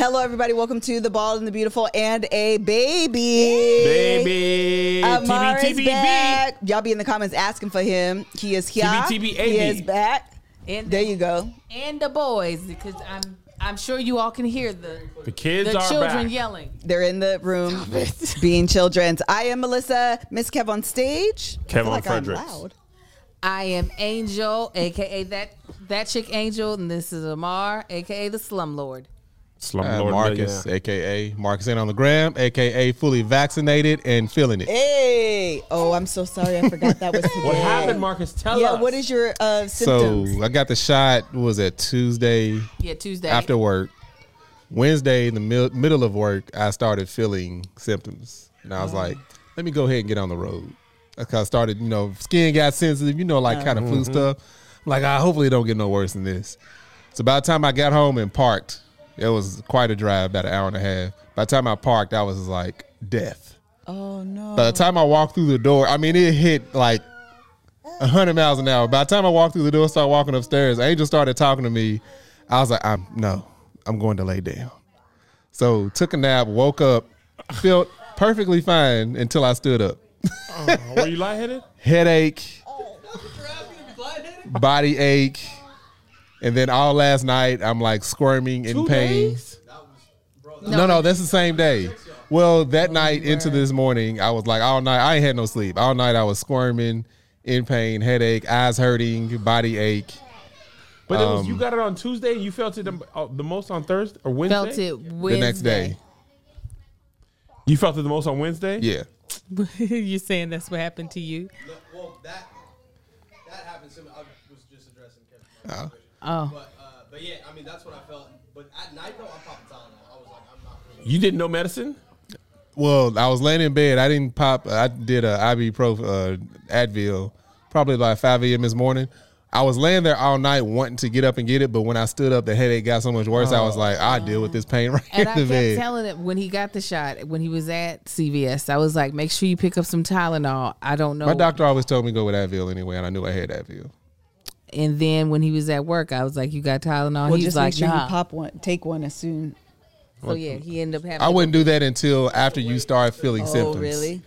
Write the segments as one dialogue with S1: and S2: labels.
S1: Hello, everybody. Welcome to the Bald and the Beautiful and a Baby.
S2: Baby.
S1: Amara's
S2: TBTBB.
S1: back. Y'all be in the comments asking for him. He is here.
S2: TBTBAB.
S1: He is back.
S3: And
S1: There you go.
S3: and the boys because I'm I'm sure you all can hear the
S2: The kids
S3: the
S2: are
S3: children
S2: back.
S3: yelling.
S1: They're in the room being children. I am Melissa, Miss Kev on stage. I feel
S2: Kev on
S1: like I'm
S2: Fredericks.
S1: loud.
S3: I am Angel, aka that that chick Angel, and this is Amar, aka the Slumlord.
S4: Uh,
S2: Slumlord
S4: Marcus,
S2: Millionaire.
S4: aka Marcus ain't on the gram, aka fully vaccinated and feeling it.
S1: Hey. Oh, I'm so sorry. I forgot that was today.
S2: What happened, Marcus? Tell
S1: Yeah,
S2: us.
S1: what is your uh,
S4: So
S1: symptoms?
S4: I got the shot. What was that Tuesday
S3: Yeah, Tuesday.
S4: after work? Wednesday in the mil- middle of work, I started feeling symptoms, and I was like, "Let me go ahead and get on the road." Like I started, you know, skin got sensitive, you know, like kind of flu stuff. I'm like, I hopefully it don't get no worse than this. So by the time I got home and parked, it was quite a drive, about an hour and a half. By the time I parked, I was like death.
S1: oh, no.
S4: By the time I walked through the door, I mean it hit like hundred miles an hour. By the time I walked through the door, started walking upstairs, Angel started talking to me. I was like, I'm no, I'm going to lay down. So took a nap, woke up, felt perfectly fine until I stood up.
S2: Were you lightheaded?
S4: Headache, body ache, and then all last night I'm like squirming in
S2: Two
S4: pain.
S2: days?
S4: No, no, that's the same day. Well, that night into this morning, I was like all night. I ain't had no sleep. All night I was squirming, in pain, headache, eyes hurting, body ache.
S2: But
S4: Um,
S2: it was you got it on Tuesday. You felt it the, uh, the most on Thursday or Wednesday.
S3: felt it Wednesday.
S4: The next day,
S2: You felt it the most on Wednesday.
S4: yeah.
S3: You're saying that's what happened to you?
S5: Well, that that happened to me. I was just addressing Kevin.
S3: Oh,
S5: But uh, but yeah, I mean that's what I felt. But at night though, I popped Tylenol. I was like, I'm not. Really
S2: You didn't know medicine.
S4: Well, I was laying in bed. I didn't pop. I did a ibuprofen, uh, Advil, probably by 5 a.m. this morning. I was laying there all night wanting to get up and get it, but when I stood up, the headache got so much worse. I was like, I deal with this pain right
S3: Oh. and
S4: in
S3: I
S4: the
S3: kept
S4: bed.
S3: telling him when he got the shot when he was at CVS. I was like, make sure you pick up some Tylenol. I don't know.
S4: My doctor always told me to go with Advil anyway, and I knew I had Advil.
S3: And then when he was at work, I was like, you got Tylenol.
S1: well,
S3: he was
S1: just
S3: like,
S1: make sure
S3: nah.
S1: you pop one, take one as soon.
S3: so yeah, he ended up having.
S4: I wouldn't do that until after you start feeling symptoms.
S1: Oh, really?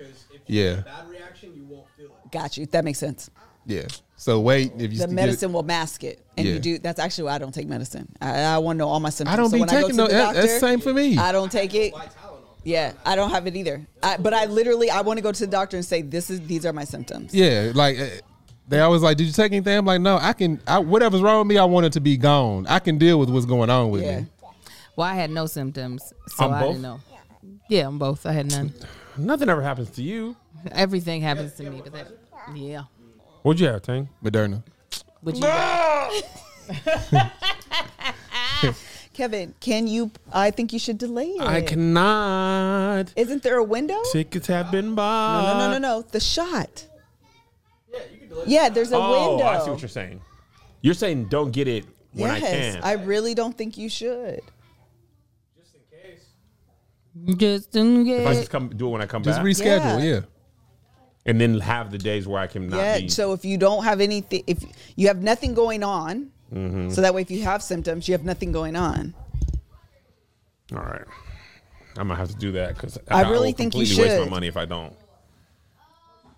S4: Yeah,
S5: Bad reaction, you won't feel it.
S1: Got you. That makes sense.
S4: yeah. So wait, if you
S1: the
S4: get it-
S1: medicine will mask it, and you
S4: Yeah.
S1: do. That's actually why I don't take medicine. I, I want to know all my symptoms.
S4: I don't
S1: so
S4: be
S1: when I go
S4: taking
S1: to
S4: no.
S1: the
S4: that-
S1: doctor,
S4: That's same for me.
S1: I don't take it. Yeah, I don't have it either. I, but I literally, I want to go to the doctor and say, "This is these are my symptoms."
S4: yeah, like uh, they always like, did you take anything? I'm like, no. I can. I, whatever's wrong with me, I want it to be gone. I can deal with what's going on with
S1: Yeah.
S4: me.
S3: Well, I had no symptoms, so
S2: On
S3: I
S2: both?
S3: didn't know. Yeah, on both. I had none.
S2: Nothing ever happens to you.
S3: Everything happens to me, but that, yeah.
S2: What'd you have, Tang?
S4: Moderna.
S3: But you,
S1: Ah! Kevin, can you? I think you should delay it.
S2: I cannot.
S1: Isn't there a window?
S2: Tickets have been
S1: No,
S2: bought.
S1: no,
S4: uh,
S1: no, no, no. The shot. Yeah, there's a
S2: Oh,
S1: window.
S2: I see what you're saying. You're saying don't get it when I
S1: yes,
S2: can.
S1: I really don't think you should.
S3: just in
S2: if I
S3: case.
S2: just come do it when I come
S4: Just
S2: back,
S1: Yeah.
S4: reschedule. Yeah.
S2: and then have the days where I can not
S1: Yeah.
S2: be.
S1: So if you don't have anything, if you have nothing going on,
S4: Mm-hmm.
S1: so that way if you have symptoms, you have nothing going on.
S2: All right. I'm gonna have to do that because
S1: I really think you
S2: Waste
S1: should.
S2: my money if I don't.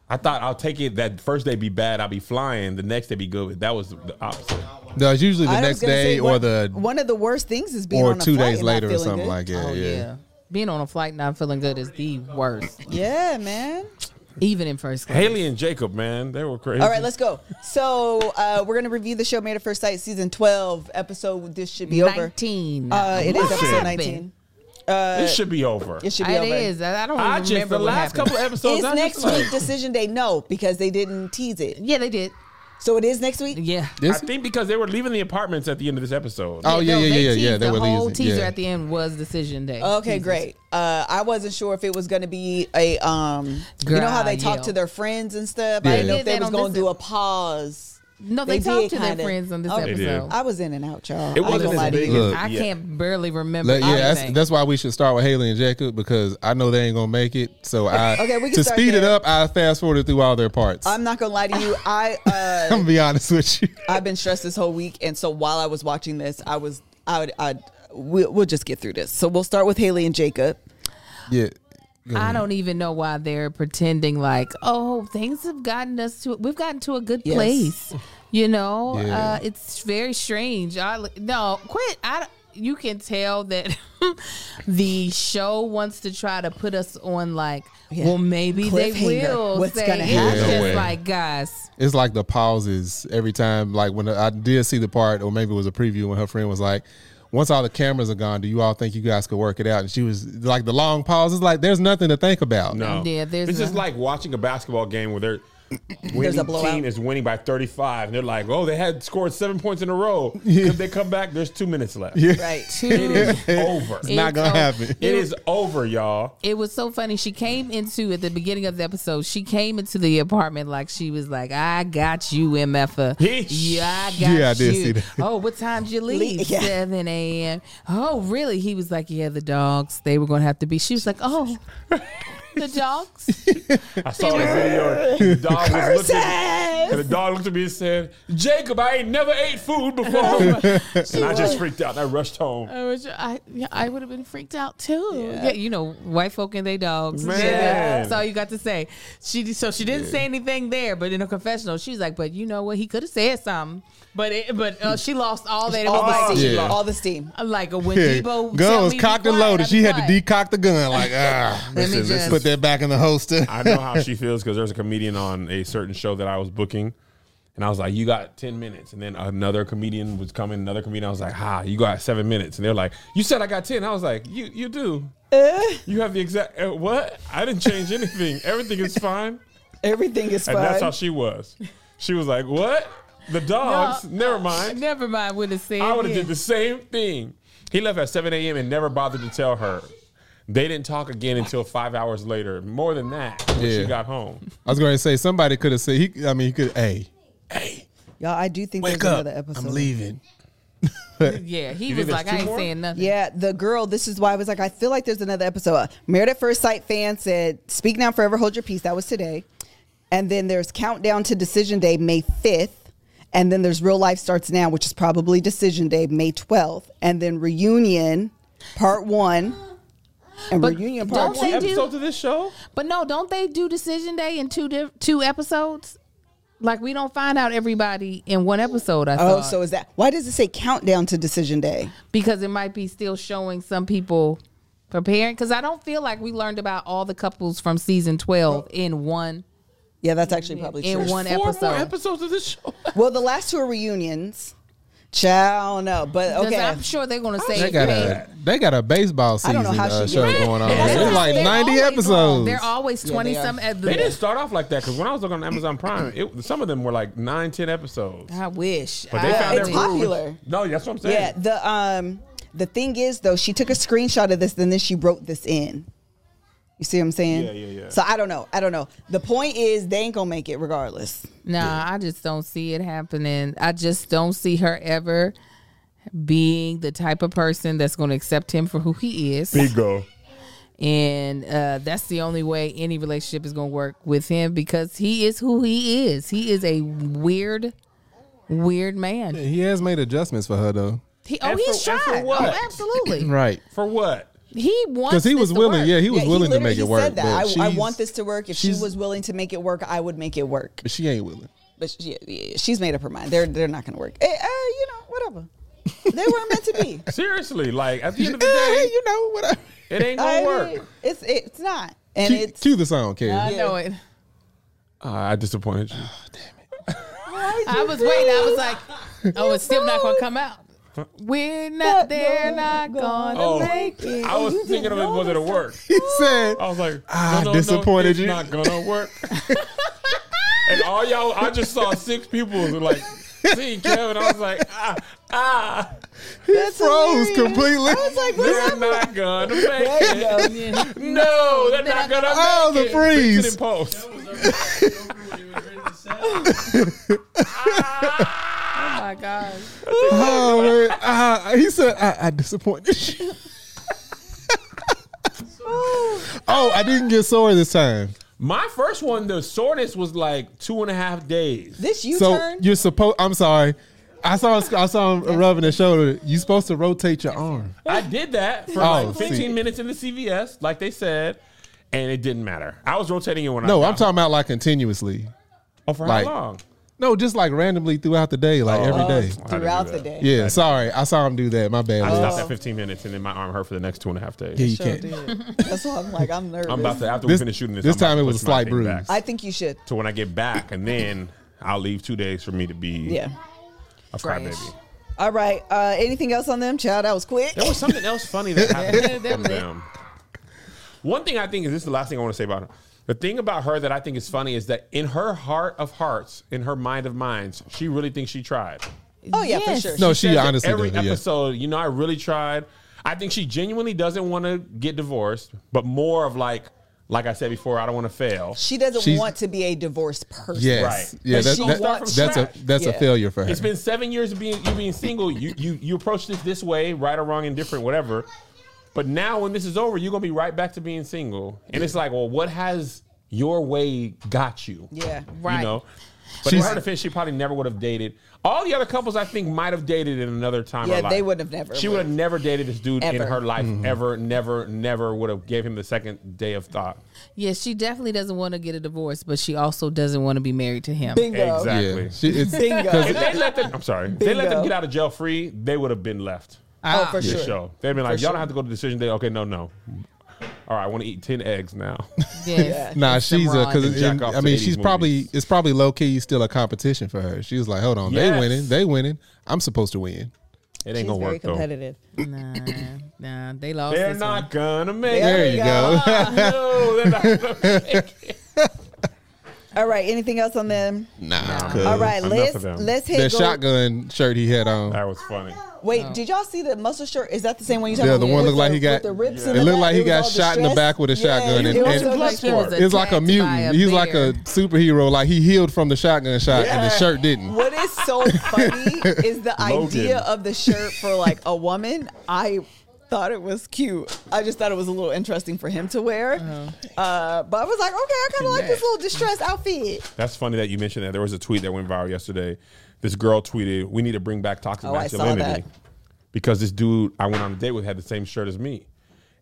S2: I thought I'll take it that first day be bad, I'll be flying. The next day be good. That was the opposite.
S4: No, it's usually the
S1: I was
S4: next
S1: gonna
S4: day
S1: say,
S4: or
S1: one-
S4: the
S1: one of the worst things is being
S4: or
S1: on a
S4: two
S1: flight
S4: days
S1: and not
S4: later or
S1: feeling
S4: something
S1: good.
S4: like that.
S3: oh
S4: yeah.
S3: yeah. being on a flight not feeling good is the worst,
S1: Yeah, man.
S3: even in first class.
S2: Haley and Jacob, man, they were crazy.
S1: All right, let's go. So uh, we're gonna review the show Made at First Sight season twelve episode. This should be over.
S3: nineteen.
S1: Uh, it is
S2: Listen.
S1: episode nineteen.
S2: this should be over.
S1: It should be
S3: It
S1: over.
S3: is. I I don't
S2: I
S3: remember
S2: just the
S3: what
S2: last
S3: happened.
S2: couple episodes.
S1: It's
S2: I
S1: next
S2: just like-
S1: week decision day. No, because they didn't tease it.
S3: Yeah, they did.
S1: So it is next week.
S3: Yeah.
S2: I
S4: This-
S2: think because they were leaving the apartments at the end of this episode.
S4: oh yeah,
S3: No,
S4: yeah,
S3: they
S4: yeah,
S3: teased
S4: yeah. They
S3: The
S4: were
S3: whole
S4: leaving.
S3: teaser
S4: yeah.
S3: at the end was decision day.
S1: Okay,
S3: Teasers.
S1: great. Uh, I wasn't sure if it was gonna be a um. you know how
S3: Girl,
S1: they talk
S3: yeah.
S1: to their friends and stuff. I
S4: Yeah.
S1: didn't know
S3: They
S1: if
S3: did
S1: they
S3: that
S1: was
S3: on
S1: gonna
S3: this
S1: do
S3: ep-
S1: a pause.
S3: No, they,
S1: They
S3: talked
S1: did
S3: to their
S1: kinda.
S3: friends on this
S1: Oh, they
S2: did.
S3: episode.
S1: I was in and out, y'all.
S2: It
S1: I ain't
S2: wasn't
S1: gonna lie
S2: as
S1: to
S2: big.
S1: you.
S4: Look.
S3: I
S2: Yeah.
S3: can't barely remember.
S4: Let- yeah, that's,
S3: everything.
S4: that's why we should start with Haley and Jacob because I know they ain't gonna make it. So I
S1: Okay, we can
S4: to
S1: start
S4: speed it
S1: there.
S4: up, I fast forwarded through all their parts. I'm,
S1: I'm not gonna lie to you. I uh,
S4: gonna be honest with you.
S1: I've been stressed this whole week, and so while I was watching this, I was I would, I we'll, we'll just get through this. So we'll start with Haley and Jacob.
S4: Yeah.
S3: I don't even know why they're pretending like, oh, things have gotten us to, we've gotten to a good
S1: Yes.
S3: place. You know,
S4: Yeah.
S3: uh, it's very strange. I no quit. I you can tell that the show wants to try to put us on like,
S1: Yeah.
S3: well, maybe they
S1: Cliffhanger.
S3: will.
S1: What's
S3: say,
S1: gonna
S3: it's
S1: happen?
S4: Yeah.
S3: Just
S4: No way.
S3: like guys,
S4: It's like the pauses every time. Like when I did see the part, or maybe it was a preview when her friend was like, "Once all the cameras are gone, do you all think you guys could work it out?" And she was like, "The long pause is like there's nothing to think about."
S2: No.
S3: Yeah, there's
S2: it's just
S3: no-
S2: like watching a basketball game where they're winning
S1: a blowout.
S2: team is winning by 35 and they're like, "Oh, they had scored 7 points in a row." If they come back, there's 2 minutes left.
S1: Right.
S2: It
S3: two.
S2: is over.
S3: It-
S4: not gonna
S3: It's all-
S4: happen.
S2: It is over, y'all.
S3: it was so funny. She came into at the beginning of the episode. She came into the apartment like she was like, "I got you, mf'er.
S2: Yeesh.
S3: Yeah, I got
S4: Yeah, I
S3: you."
S4: did see that.
S3: Oh, what time did you leave?
S1: yeah.
S3: Seven a.m. Oh, really? He was like, "Yeah, the dogs. They were going to have to be." She was like, "Oh, the dogs."
S2: I saw the video. The dog was looking and the dog looked at me and said, "Jacob, I ain't never ate food before." and I just freaked out. And I rushed home.
S3: I was, I, yeah, I would have been freaked out too.
S1: Yeah.
S3: Yeah. you know, white folk and they dogs.
S2: Man.
S3: Yeah, that's all you got to say. She so she didn't say anything there, but in her confessional, she was like, "But you know what? He could have said something, but it, but uh, she lost all that. It
S1: All
S3: was
S1: the
S3: like, uh,
S1: steam.
S4: Yeah.
S1: All the steam.
S3: like when
S4: Yeah.
S3: Debo tell
S4: Gun was
S3: me
S4: cocked
S3: be
S4: and
S3: quiet,
S4: loaded.
S3: I'll
S4: She
S3: be
S4: had to
S3: quiet.
S4: decock the gun. Like, ah,
S3: Let me
S4: listen, let's
S3: just-
S4: put that back in the holster.
S2: I know how she feels because there's a comedian on a certain show that I was booking, and I was like, "You got ten minutes," and then another comedian was coming, another comedian. I was like, "Ha, you got seven minutes," and they're like, "You said I got 10. I was like, "You you do. you have the exact uh, what? I didn't change anything. Everything is fine."
S1: Everything is
S2: And that's how
S1: fine.
S2: she was. She was like, "What? The dogs? Never mind.
S3: Never mind. Would have said.
S2: I would have
S3: yeah.
S2: did the same thing." He left at 7 a.m. and never bothered to tell her. They didn't talk again until five hours later. More than that, when she
S4: Yeah.
S2: got home.
S4: I was going to say somebody could have said. He, I mean, he could. Hey,
S1: Y'all, I do think
S4: wake
S1: there's
S4: up!
S1: another episode.
S4: I'm leaving.
S3: Yeah, he
S2: You
S3: was
S2: think
S3: like,
S2: there's two
S3: I ain't
S2: more?
S3: saying nothing.
S1: Yeah, the girl. This is why I was like, I feel like there's another episode. Uh, Married at First Sight fan said, "Speak now, forever hold your peace." That was today, and then there's countdown to decision day, May fifth, and then there's real life starts now, which is probably decision day, May twelfth, and then reunion, part one, and
S3: But
S1: reunion
S3: don't
S1: part
S3: they
S1: two.
S3: do-
S2: episode to this show?
S3: But no, don't they do Decision Day in two diff- two episodes? Like we don't find out everybody in one episode. I
S1: Oh,
S3: thought.
S1: so is that why does it say countdown to decision day?
S3: because it might be still showing some people preparing. Because I don't feel like we learned about all the couples from season twelve in one
S1: Yeah, that's actually probably
S3: in
S1: true.
S3: one
S2: Four
S3: episode.
S2: more episodes of this show.
S1: Well, the last two are reunions. Chow, no, but
S3: 'Cause
S1: okay.
S3: I'm sure they're gonna say
S4: They got
S3: "Hey,
S4: a they got a baseball
S1: I
S4: season
S1: don't know how
S4: uh,
S1: she-
S4: show
S1: Yeah.
S4: going on.
S1: Yeah.
S3: That's
S4: It's
S3: what
S4: like
S3: they're
S4: ninety
S3: always on.
S4: episodes.
S3: They're always
S1: they
S3: twenty
S1: are.
S3: some. At the,
S2: They didn't start off like that because when I was looking on Amazon Prime, it, some of them were like nine, ten episodes.
S3: I wish.
S2: But they
S3: I
S2: found
S1: it's
S2: their groove.
S1: popular.
S2: No, that's what I'm saying.
S1: Yeah, the um the thing is though, she took a screenshot of this, and then she wrote this in. You see what I'm saying?
S2: Yeah, yeah, yeah.
S1: So I don't know. I don't know. The point is they ain't gonna make it regardless.
S3: Nah, I just don't see it happening. I just don't see her ever being the type of person that's going to accept him for who he is.
S2: Bingo.
S3: And uh, that's the only way any relationship is going to work with him because he is who he is. He is a weird, weird man.
S4: He has made adjustments for her though.
S3: He, oh,
S2: And
S3: he's
S2: for-
S3: tried.
S2: and for what?
S3: Oh, absolutely.
S4: Right.
S2: For what?
S3: He wants
S4: Because he was willing, yeah, he was
S1: Yeah, he
S4: willing to
S1: literally-
S4: make
S1: he
S4: it work.
S1: Said
S4: but
S1: that. I, I
S4: she's-
S1: want this to work. If she
S4: she's-
S1: was willing to make it work, I would make it work.
S4: but she ain't willing.
S1: But she, yeah, yeah, she's made up her mind. They're they're not gonna work. Eh, uh, you know, whatever. they weren't meant to be.
S2: Seriously, like at the end of the
S4: Eh,
S2: day,
S4: you know whatever.
S2: it ain't
S1: I
S2: gonna
S1: mean,
S2: work.
S1: It's it's not. And
S4: Cue,
S1: it's
S4: cue the song, Kelly.
S3: I know it.
S2: Uh, I disappointed you.
S3: I was waiting. I was like, oh, it's still not going to come out. We're not, they're not going
S2: Oh,
S3: to make it.
S2: I was thinking of it was it a work.
S4: He said,
S1: Oh,
S2: I was like,
S4: Ah,
S2: no, no,
S4: disappointed
S2: no, it's
S4: you.
S2: Not gonna work. and all y'all, I just saw six people who like see Kevin. I was like, ah, ah.
S1: that's
S4: froze
S1: hilarious.
S4: completely.
S1: I was like, what's
S2: They're
S1: happening?
S2: not gonna make
S1: There you
S2: it.
S1: go.
S2: No, they're not gonna make
S4: Oh, the
S2: it.
S4: freeze.
S2: Fix it in post.
S3: Oh my gosh.
S4: oh, man. Ah, he said, I, I disappointed you. oh, I didn't get sore this time.
S2: My first one, the soreness was like two and a half days.
S1: This U
S4: so
S1: turn.
S4: you're supposed. I'm sorry. I saw I saw him rubbing his shoulder. You supposed to rotate your arm.
S2: I did that for
S4: Oh,
S2: like
S4: see.
S2: 15 minutes in the CVS, like they said, and it didn't matter. I was rotating it when I
S4: No,
S2: got
S4: I'm talking about like continuously.
S2: Oh, for
S4: like-
S2: how long?
S4: No, just like randomly throughout the day, like every day.
S2: I didn't do
S1: throughout the
S2: that.
S1: day.
S4: Yeah, sorry, I saw him do that. My bad.
S2: I stopped
S4: Liz.
S2: at 15 minutes, and then my arm hurt for the next two and a half days.
S4: uh, Yeah, you
S1: Sure
S4: can't.
S1: did. That's why I'm like, I'm nervous.
S2: I'm about to after
S4: This-
S2: we finish shooting this.
S4: this
S2: I'm about
S4: time
S2: to
S4: it was
S2: push
S4: a
S2: my
S4: slight
S2: thing back.
S4: bruise.
S1: I think you should.
S2: to when I get back, and then I'll leave two days for me to be
S1: Yeah.
S2: a crybaby.
S1: All right. Uh, anything else on them, child? That was quick.
S2: There was something else funny that
S3: Yeah,
S2: happened
S3: that
S2: from
S3: was it.
S2: them. One thing I think is this is the last thing I want to say about her. The thing about her that I think is funny is that in her heart of hearts, in her mind of minds, she really thinks she tried.
S1: Oh, yeah, for sure.
S4: No, she
S2: says it
S4: honestly
S2: every
S4: did, yeah.
S2: episode, you know, I really tried. I think she genuinely doesn't want to get divorced, but more of like, like I said before, I don't want to fail.
S1: She doesn't
S4: She's-
S1: want to be a divorced person.
S4: Yes.
S2: Right.
S4: Yeah,
S1: But
S4: that,
S1: she
S4: that-
S1: wants-
S4: that's a
S2: Scratch.
S4: that's a
S1: Yeah.
S4: failure for her.
S2: It's been seven years of being you being single. You you you approached it this way, right or wrong, indifferent, whatever. But now when this is over, you're gonna be right back to being single. And it's like, well, what has your way got you?
S1: Yeah.
S3: Right.
S2: You know? But in
S4: She's-
S2: her defense, she probably never would have dated. All the other couples I think might have dated in another time.
S1: Yeah,
S2: or life.
S1: they would have never
S2: She
S1: would.
S2: would have never dated this dude
S1: Ever.
S2: in her life ever. Never, never would have gave him the second day of thought.
S3: Yeah, she definitely doesn't want to get a divorce, but she also doesn't want to be married to him.
S1: Bingo.
S2: Exactly.
S4: yeah, she, it's,
S1: Bingo.
S2: If they let them, I'm sorry. If they let them
S1: Bingo.
S2: get out of jail free, they would have been left.
S1: oh, for
S2: the
S1: sure.
S2: show. They've been
S1: For
S2: like, y'all
S1: sure.
S2: don't have to go to decision day. Okay, no, no. All right, I want to eat ten eggs now.
S3: Yes.
S4: nah,
S3: It's the
S4: she's a
S3: rod.
S4: because
S2: jack off
S4: I
S2: to
S4: mean
S2: 80s
S4: she's probably
S2: movies.
S4: it's probably low key still a competition for her. She was like, hold on, they
S2: Yes.
S4: winning, they winning. I'm supposed to win.
S2: It ain't
S1: She's
S2: gonna
S1: very
S2: work though.
S1: competitive.
S3: Nah, nah, they lost.
S2: They're
S3: this
S2: not gonna make
S1: There
S4: There
S1: we
S2: it.
S4: you
S1: go.
S2: no, they're not
S4: go.
S2: gonna make it.
S1: All right. Anything else on them?
S4: Nah,
S1: All
S4: cause
S1: right.
S2: Enough
S1: Let's
S2: of them.
S1: let's hit
S4: that
S1: go-
S4: shotgun shirt he had on.
S2: That was funny.
S1: Wait, did y'all see the muscle shirt? Is that the same one you talking
S4: Yeah,
S1: about?
S4: the one
S1: With
S4: looked like
S1: the-
S4: he got-
S1: with the ribs
S4: yeah.
S1: in the
S4: It looked
S1: back?
S4: like he
S1: was
S4: got
S1: all
S4: shot in the
S1: distressed?
S4: back with a shotgun
S1: Yeah,
S4: and-
S1: it was
S4: and-
S1: so
S3: one.
S1: much
S3: Like she was
S1: fun.
S4: It's like a
S3: attacked by
S4: mutant. He's like
S3: bear.
S4: a superhero. Like he healed from the shotgun shot, and the
S2: Yeah.
S4: shirt didn't.
S1: What is so funny is the
S2: Logan.
S1: idea of the shirt for like a woman. I thought it was cute. I just thought it was a little interesting for him to wear.
S4: Uh-huh.
S1: uh but I was like, okay, I kind of like this little distressed outfit.
S2: That's funny that you mentioned that. There was a tweet that went viral yesterday. This girl tweeted, "We need to bring back toxic
S1: Oh, I saw
S2: masculinity," because this dude I went on a date with had the same shirt as me,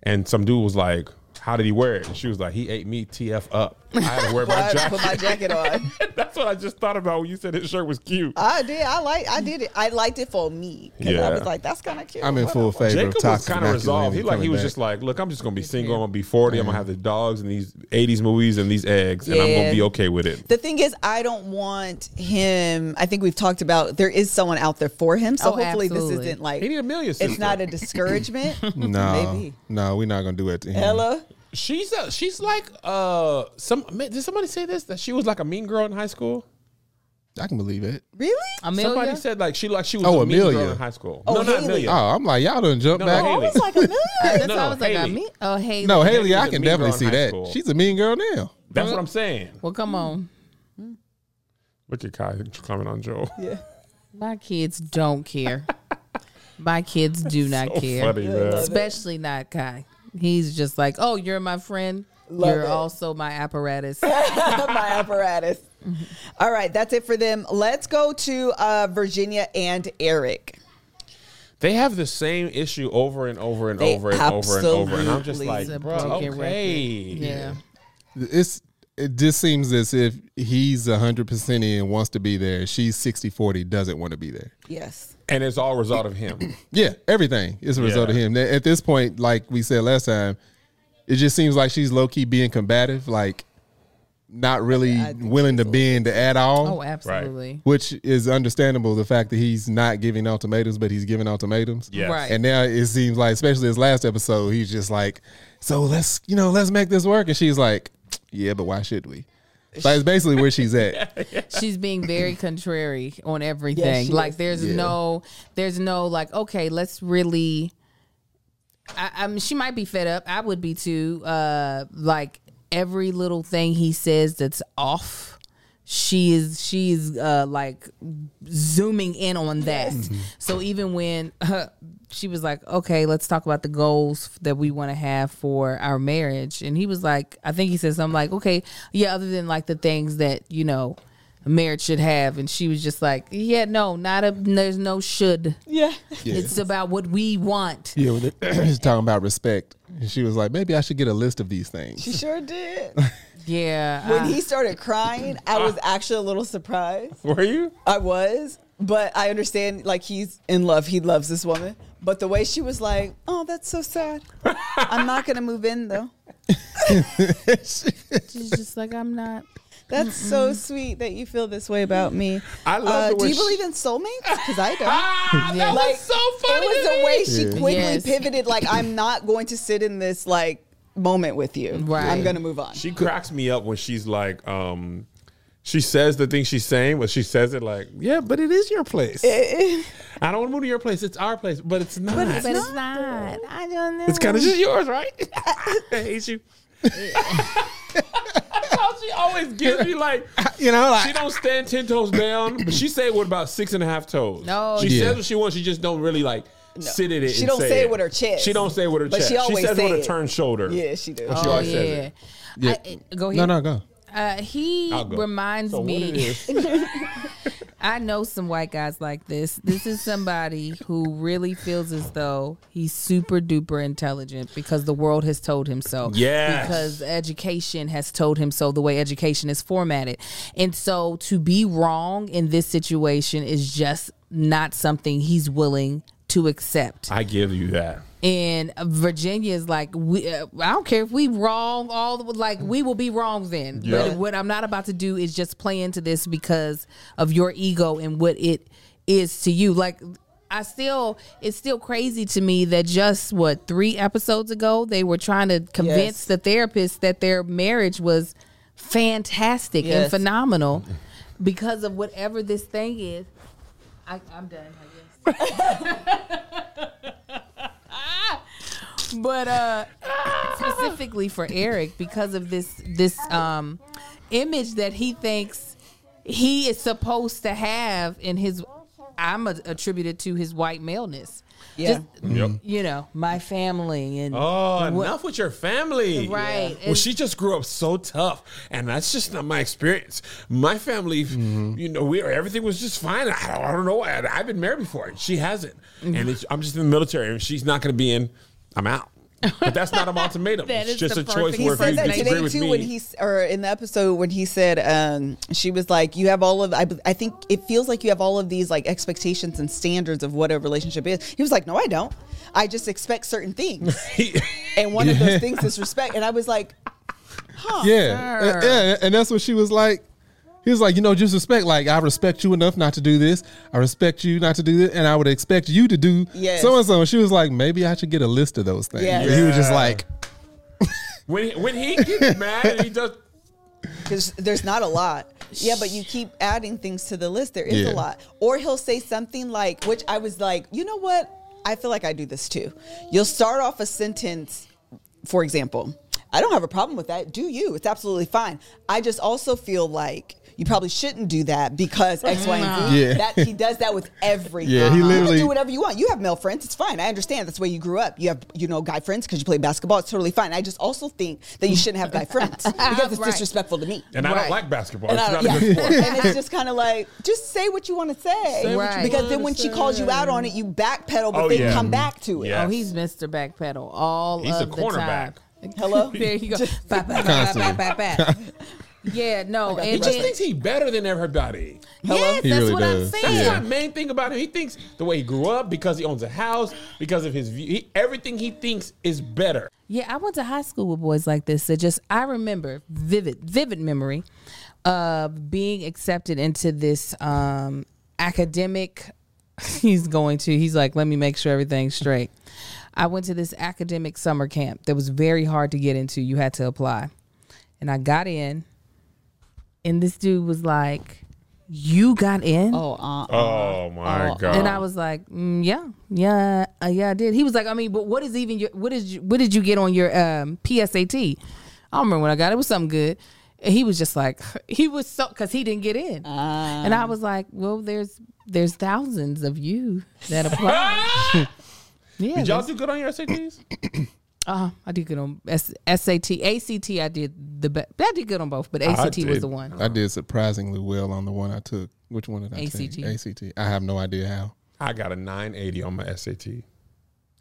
S2: and some dude was like, "How did he wear it?" And she was like, "He ate me TF up. I had to wear
S1: I
S2: my
S1: had to put
S2: jacket."
S1: my jacket on.
S2: That's what I just thought about when you said his shirt was cute.
S1: I did. I like. I did it. I liked it for me. 'Cause I
S2: Yeah.
S1: was like, that's kind of cute.
S4: I'm in full
S1: Whatever.
S4: favor of
S2: Jacob was
S4: toxic
S2: kind of resolved. He
S4: masculinity
S2: like he
S4: coming
S2: was
S4: back.
S2: just like, look, I'm just gonna be single. I'm gonna be 40. I'm gonna have the dogs and these 80s movies and these eggs, and I'm
S1: Yeah.
S2: gonna be okay with it.
S1: The thing is, I don't want him. I think we've talked about there is someone out there for him. So
S3: Oh,
S1: hopefully this
S3: absolutely.
S1: isn't like
S2: He need a million
S1: It's
S2: sister.
S1: not a discouragement.
S4: no,
S1: Maybe.
S4: no, we're not gonna do it to him.
S1: Ella,
S2: She's a, she's like uh some. man, Did somebody say this that she was like a mean girl in high school?
S4: I can believe it.
S1: really?
S3: Amelia?
S2: Somebody said like she like she was
S4: Oh,
S2: a mean girl
S4: Amelia.
S2: in high school.
S1: Oh,
S2: no, not
S1: Haley.
S2: Amelia.
S4: Oh, I'm like y'all done jump
S2: No,
S4: back.
S2: no,
S1: I
S2: Haley.
S1: was like a million.
S3: That's
S2: No,
S3: why
S2: no,
S3: I was like, I
S2: Haley.
S3: me? Oh, Haley.
S4: No, Haley,
S2: Haley's
S4: I
S2: a
S4: can
S2: mean girl
S4: definitely
S2: in
S4: see
S2: high
S4: that.
S2: school.
S4: She's a mean girl now.
S2: That's what I'm saying.
S3: Well, come on.
S2: Look at Kai comment on Joe.
S1: Yeah.
S3: My kids don't care. My kids do not care.
S2: Funny man.
S3: Especially not Kai. He's just like, oh, you're my friend.
S1: Love
S3: you're
S1: it.
S3: also my apparatus.
S1: My apparatus. All right, that's it for them. Let's go to uh, Virginia and Eric.
S2: They have the same issue over and over and
S1: They
S2: over and over and over, and I'm just
S1: absolutely-
S2: like,
S1: It's
S3: a
S2: bro,
S3: broken
S2: okay,
S3: record. Yeah.
S4: It's it just seems as if he's hundred percent in, wants to be there. She's 60-40, doesn't want to be there.
S1: Yes.
S2: and it's all a result of him.
S4: Yeah, everything is a result of
S2: Yeah.
S4: him. Th- At this point, like we said last time, it just seems like she's low key being combative, like not really
S1: I think
S4: willing to bend at all.
S3: Oh, absolutely.
S4: which is understandable. The fact that he's not giving ultimatums, but he's giving ultimatums.
S2: Yes.
S3: Right.
S4: And now it seems like, especially his last episode, he's just like, "So let's, you know, let's make this work." And she's like, "Yeah, but why should we?" Like it's basically where she's at.
S3: She's being very contrary on everything.
S1: she
S3: like
S1: is.
S3: there's
S4: Yeah.
S3: no there's no like, okay, let's really I, I mean she might be fed up. I would be too. Uh like every little thing he says that's off. She is she's uh like zooming in on that. So even when uh, she was like, "Okay, let's talk about the goals that we want to have for our marriage," and he was like, "I think he said something like, okay, yeah, other than like the things that you know marriage should have. And she was just like, yeah, no, not a. There's no should.
S1: Yeah.
S4: Yeah.
S3: It's about what we want.
S4: Yeah, with it- she's talking about respect. And she was like, maybe I should get a list of these
S1: She
S4: things.
S1: sure did.
S3: Yeah.
S1: When
S3: I-
S1: he started crying, I was actually a little surprised.
S2: Were you?
S1: I was, but I understand like he's in love. He loves this woman. But the way she was like, Oh, that's so sad. I'm not gonna move in though.
S3: she's just like, I'm not.
S1: That's so sweet that you feel this way about me. Uh,
S2: I love the
S1: do
S2: way
S1: you
S2: she-
S1: believe in soulmates? Because I don't.
S2: Ah,
S3: Yeah.
S2: that
S1: Like,
S2: was so funny.
S1: It was
S2: to
S1: the
S2: me.
S1: way she
S4: Yeah.
S1: quickly
S3: Yes.
S1: pivoted. Like I'm not going to sit in this like moment with you.
S3: Right.
S1: I'm gonna move on.
S2: She cracks me up when she's like, um, she says the thing she's saying, but she says it like, yeah, but it is your place. I don't want to move to your place. It's our place, but it's not. it's
S3: But it's not. I don't know.
S2: kind of just yours, right? I hate you. That's how she always gives me like
S4: You know,
S2: she
S4: like,
S2: don't stand ten toes down, but she say it with about six and a half toes.
S3: No.
S2: she
S4: Yeah.
S2: says what she wants. She just don't really like sit in it.
S1: She
S2: and
S1: don't
S2: say,
S1: say it with her chest.
S2: She don't say it with her
S1: But
S2: chest.
S1: she always
S2: says it
S1: say
S2: with
S1: it.
S2: a turned shoulder.
S1: yeah, she did.
S2: But she
S3: Oh,
S2: always says
S3: yeah.
S2: it.
S4: Yeah.
S3: I-
S2: Oh,
S3: go
S4: no,
S3: ahead.
S4: no, go.
S3: Uh, he
S2: I'll go.
S3: reminds
S2: So what it
S3: me.
S2: is-
S3: I know some white guys like this. This is somebody who really feels as though he's super duper intelligent because the world has told him so.
S2: Yes.
S3: Because education has told him so, the way education is formatted. And so to be wrong in this situation is just not something he's willing to accept.
S2: I give you that.
S3: and Virginia is like, we, uh, I don't care if we wrong all the like we will be wrong then.
S2: Yeah.
S3: But what I'm not about to do is just play into this because of your ego and what it is to you. Like I still, it's still crazy to me that just what three episodes ago they were trying to convince
S1: Yes.
S3: the therapist that their marriage was fantastic and
S1: Yes.
S3: phenomenal because of whatever this thing is. I, I'm done. I guess. but uh specifically for Eric because of this this um image that he thinks he is supposed to have in his I'm a, attributed to his white maleness.
S1: Yeah.
S2: Yep.
S3: You know, my family Mm. and
S2: Oh,
S3: what-
S2: enough with your family.
S3: Right.
S2: Well, she just grew up so tough, and that's just not my experience. My family,
S3: Mm-hmm.
S2: you know, we everything was just fine. I, I don't know why. I, have been married before, and she hasn't.
S3: Mm-hmm.
S2: And it's, I'm just in the military, and she's not going to be in. I'm out. But that's not an ultimatum.
S3: That
S2: it's
S3: is
S2: just
S3: the
S2: a choice
S3: perfect
S1: He
S2: where if
S1: said
S2: you
S1: that
S2: disagree
S1: today
S2: with
S1: too
S2: me.
S1: when he s- or in the episode when he said um, she was like you have all of I, I think it feels like you have all of these like expectations and standards of what a relationship is. He was like, no, I don't. I just expect certain things, and one of
S4: Yeah.
S1: those things is respect. And I was like,
S4: Yeah.
S3: sir.
S4: And- yeah. And that's what she was like. He was like, you know, just respect. Like, I respect you enough not to do this. I respect you not to do this. And I would expect you to do
S1: Yes.
S4: so and so. And she was like, maybe I should get a list of those things.
S1: Yes.
S4: And he was just
S2: Yeah.
S4: like,
S2: when he, when he gets mad, and he just
S1: because there's not a lot. Yeah, but you keep adding things to the list. There is
S4: Yeah.
S1: a lot. Or he'll say something like, which I was like, you know what? I feel like I do this too. You'll start off a sentence, for example, I don't have a problem with that. Do you? It's absolutely fine. I just also feel like you probably shouldn't do that because X, Y, and Z.
S4: Yeah.
S1: That he does that with everything.
S4: Yeah, he
S1: You
S4: literally-
S1: can do whatever you want. You have male friends. It's fine. I understand. That's the way you grew up. You have you know guy friends because you play basketball. It's totally fine. I just also think that you shouldn't have guy friends because it's
S3: Right.
S1: disrespectful to me.
S2: and I
S3: Right.
S2: don't like basketball.
S1: And,
S2: It's
S1: I,
S2: not
S1: yeah.
S2: a good sport.
S1: and it's just kind of like, just say what you want to say.
S3: you Right.
S1: Because
S2: wanna
S1: then when she
S2: say.
S1: calls you out on it, you backpedal, but
S2: Oh,
S1: then
S2: yeah.
S1: come back to it.
S2: Yeah.
S3: Oh, he's Mr. Backpedal all
S2: He's a
S3: of the time.
S2: cornerback.
S1: Hello?
S3: There you go. Ba, ba, ba,
S4: Constantly.
S3: ba, ba, ba. Yeah, no.
S1: got
S2: He
S3: And
S2: just
S3: then,
S2: thinks he's better than everybody.
S3: yes,
S1: Hello?
S4: He
S3: that's
S4: really
S3: what
S4: does.
S3: I'm
S2: That's
S3: saying.
S2: my main thing about him. He thinks the way he grew up, because he owns a house, because of his view, he, everything he thinks is better.
S3: Yeah, I went to high school with boys like this that just I remember vivid, vivid memory of being accepted into this um academic he's going to he's like, let me make sure everything's straight. I went to this academic summer camp that was very hard to get into. You had to apply. And I got in and this dude was like, You got in?
S1: Oh, uh,
S2: Oh my god!
S3: And I was like, mm, yeah, yeah, uh, yeah, I did. He was like, I mean, but what is even your what is you, what did you get on your um, PSAT? I don't remember when I got it. It was something good. And he was just like, he was so because he didn't get in,
S2: Ah.
S3: and I was like, well, there's there's thousands of you that apply.
S2: Ah!
S3: yeah,
S2: Did y'all do good on your SATs?
S3: Uh huh. I did good on S- SAT, ACT. I did the best. I did good on both, but ACT was
S2: did.
S3: the one.
S4: I did surprisingly well on the one I took. Which one did I take?
S3: ACT.
S4: ACT. I have no idea how.
S2: I got a 980 on my SAT.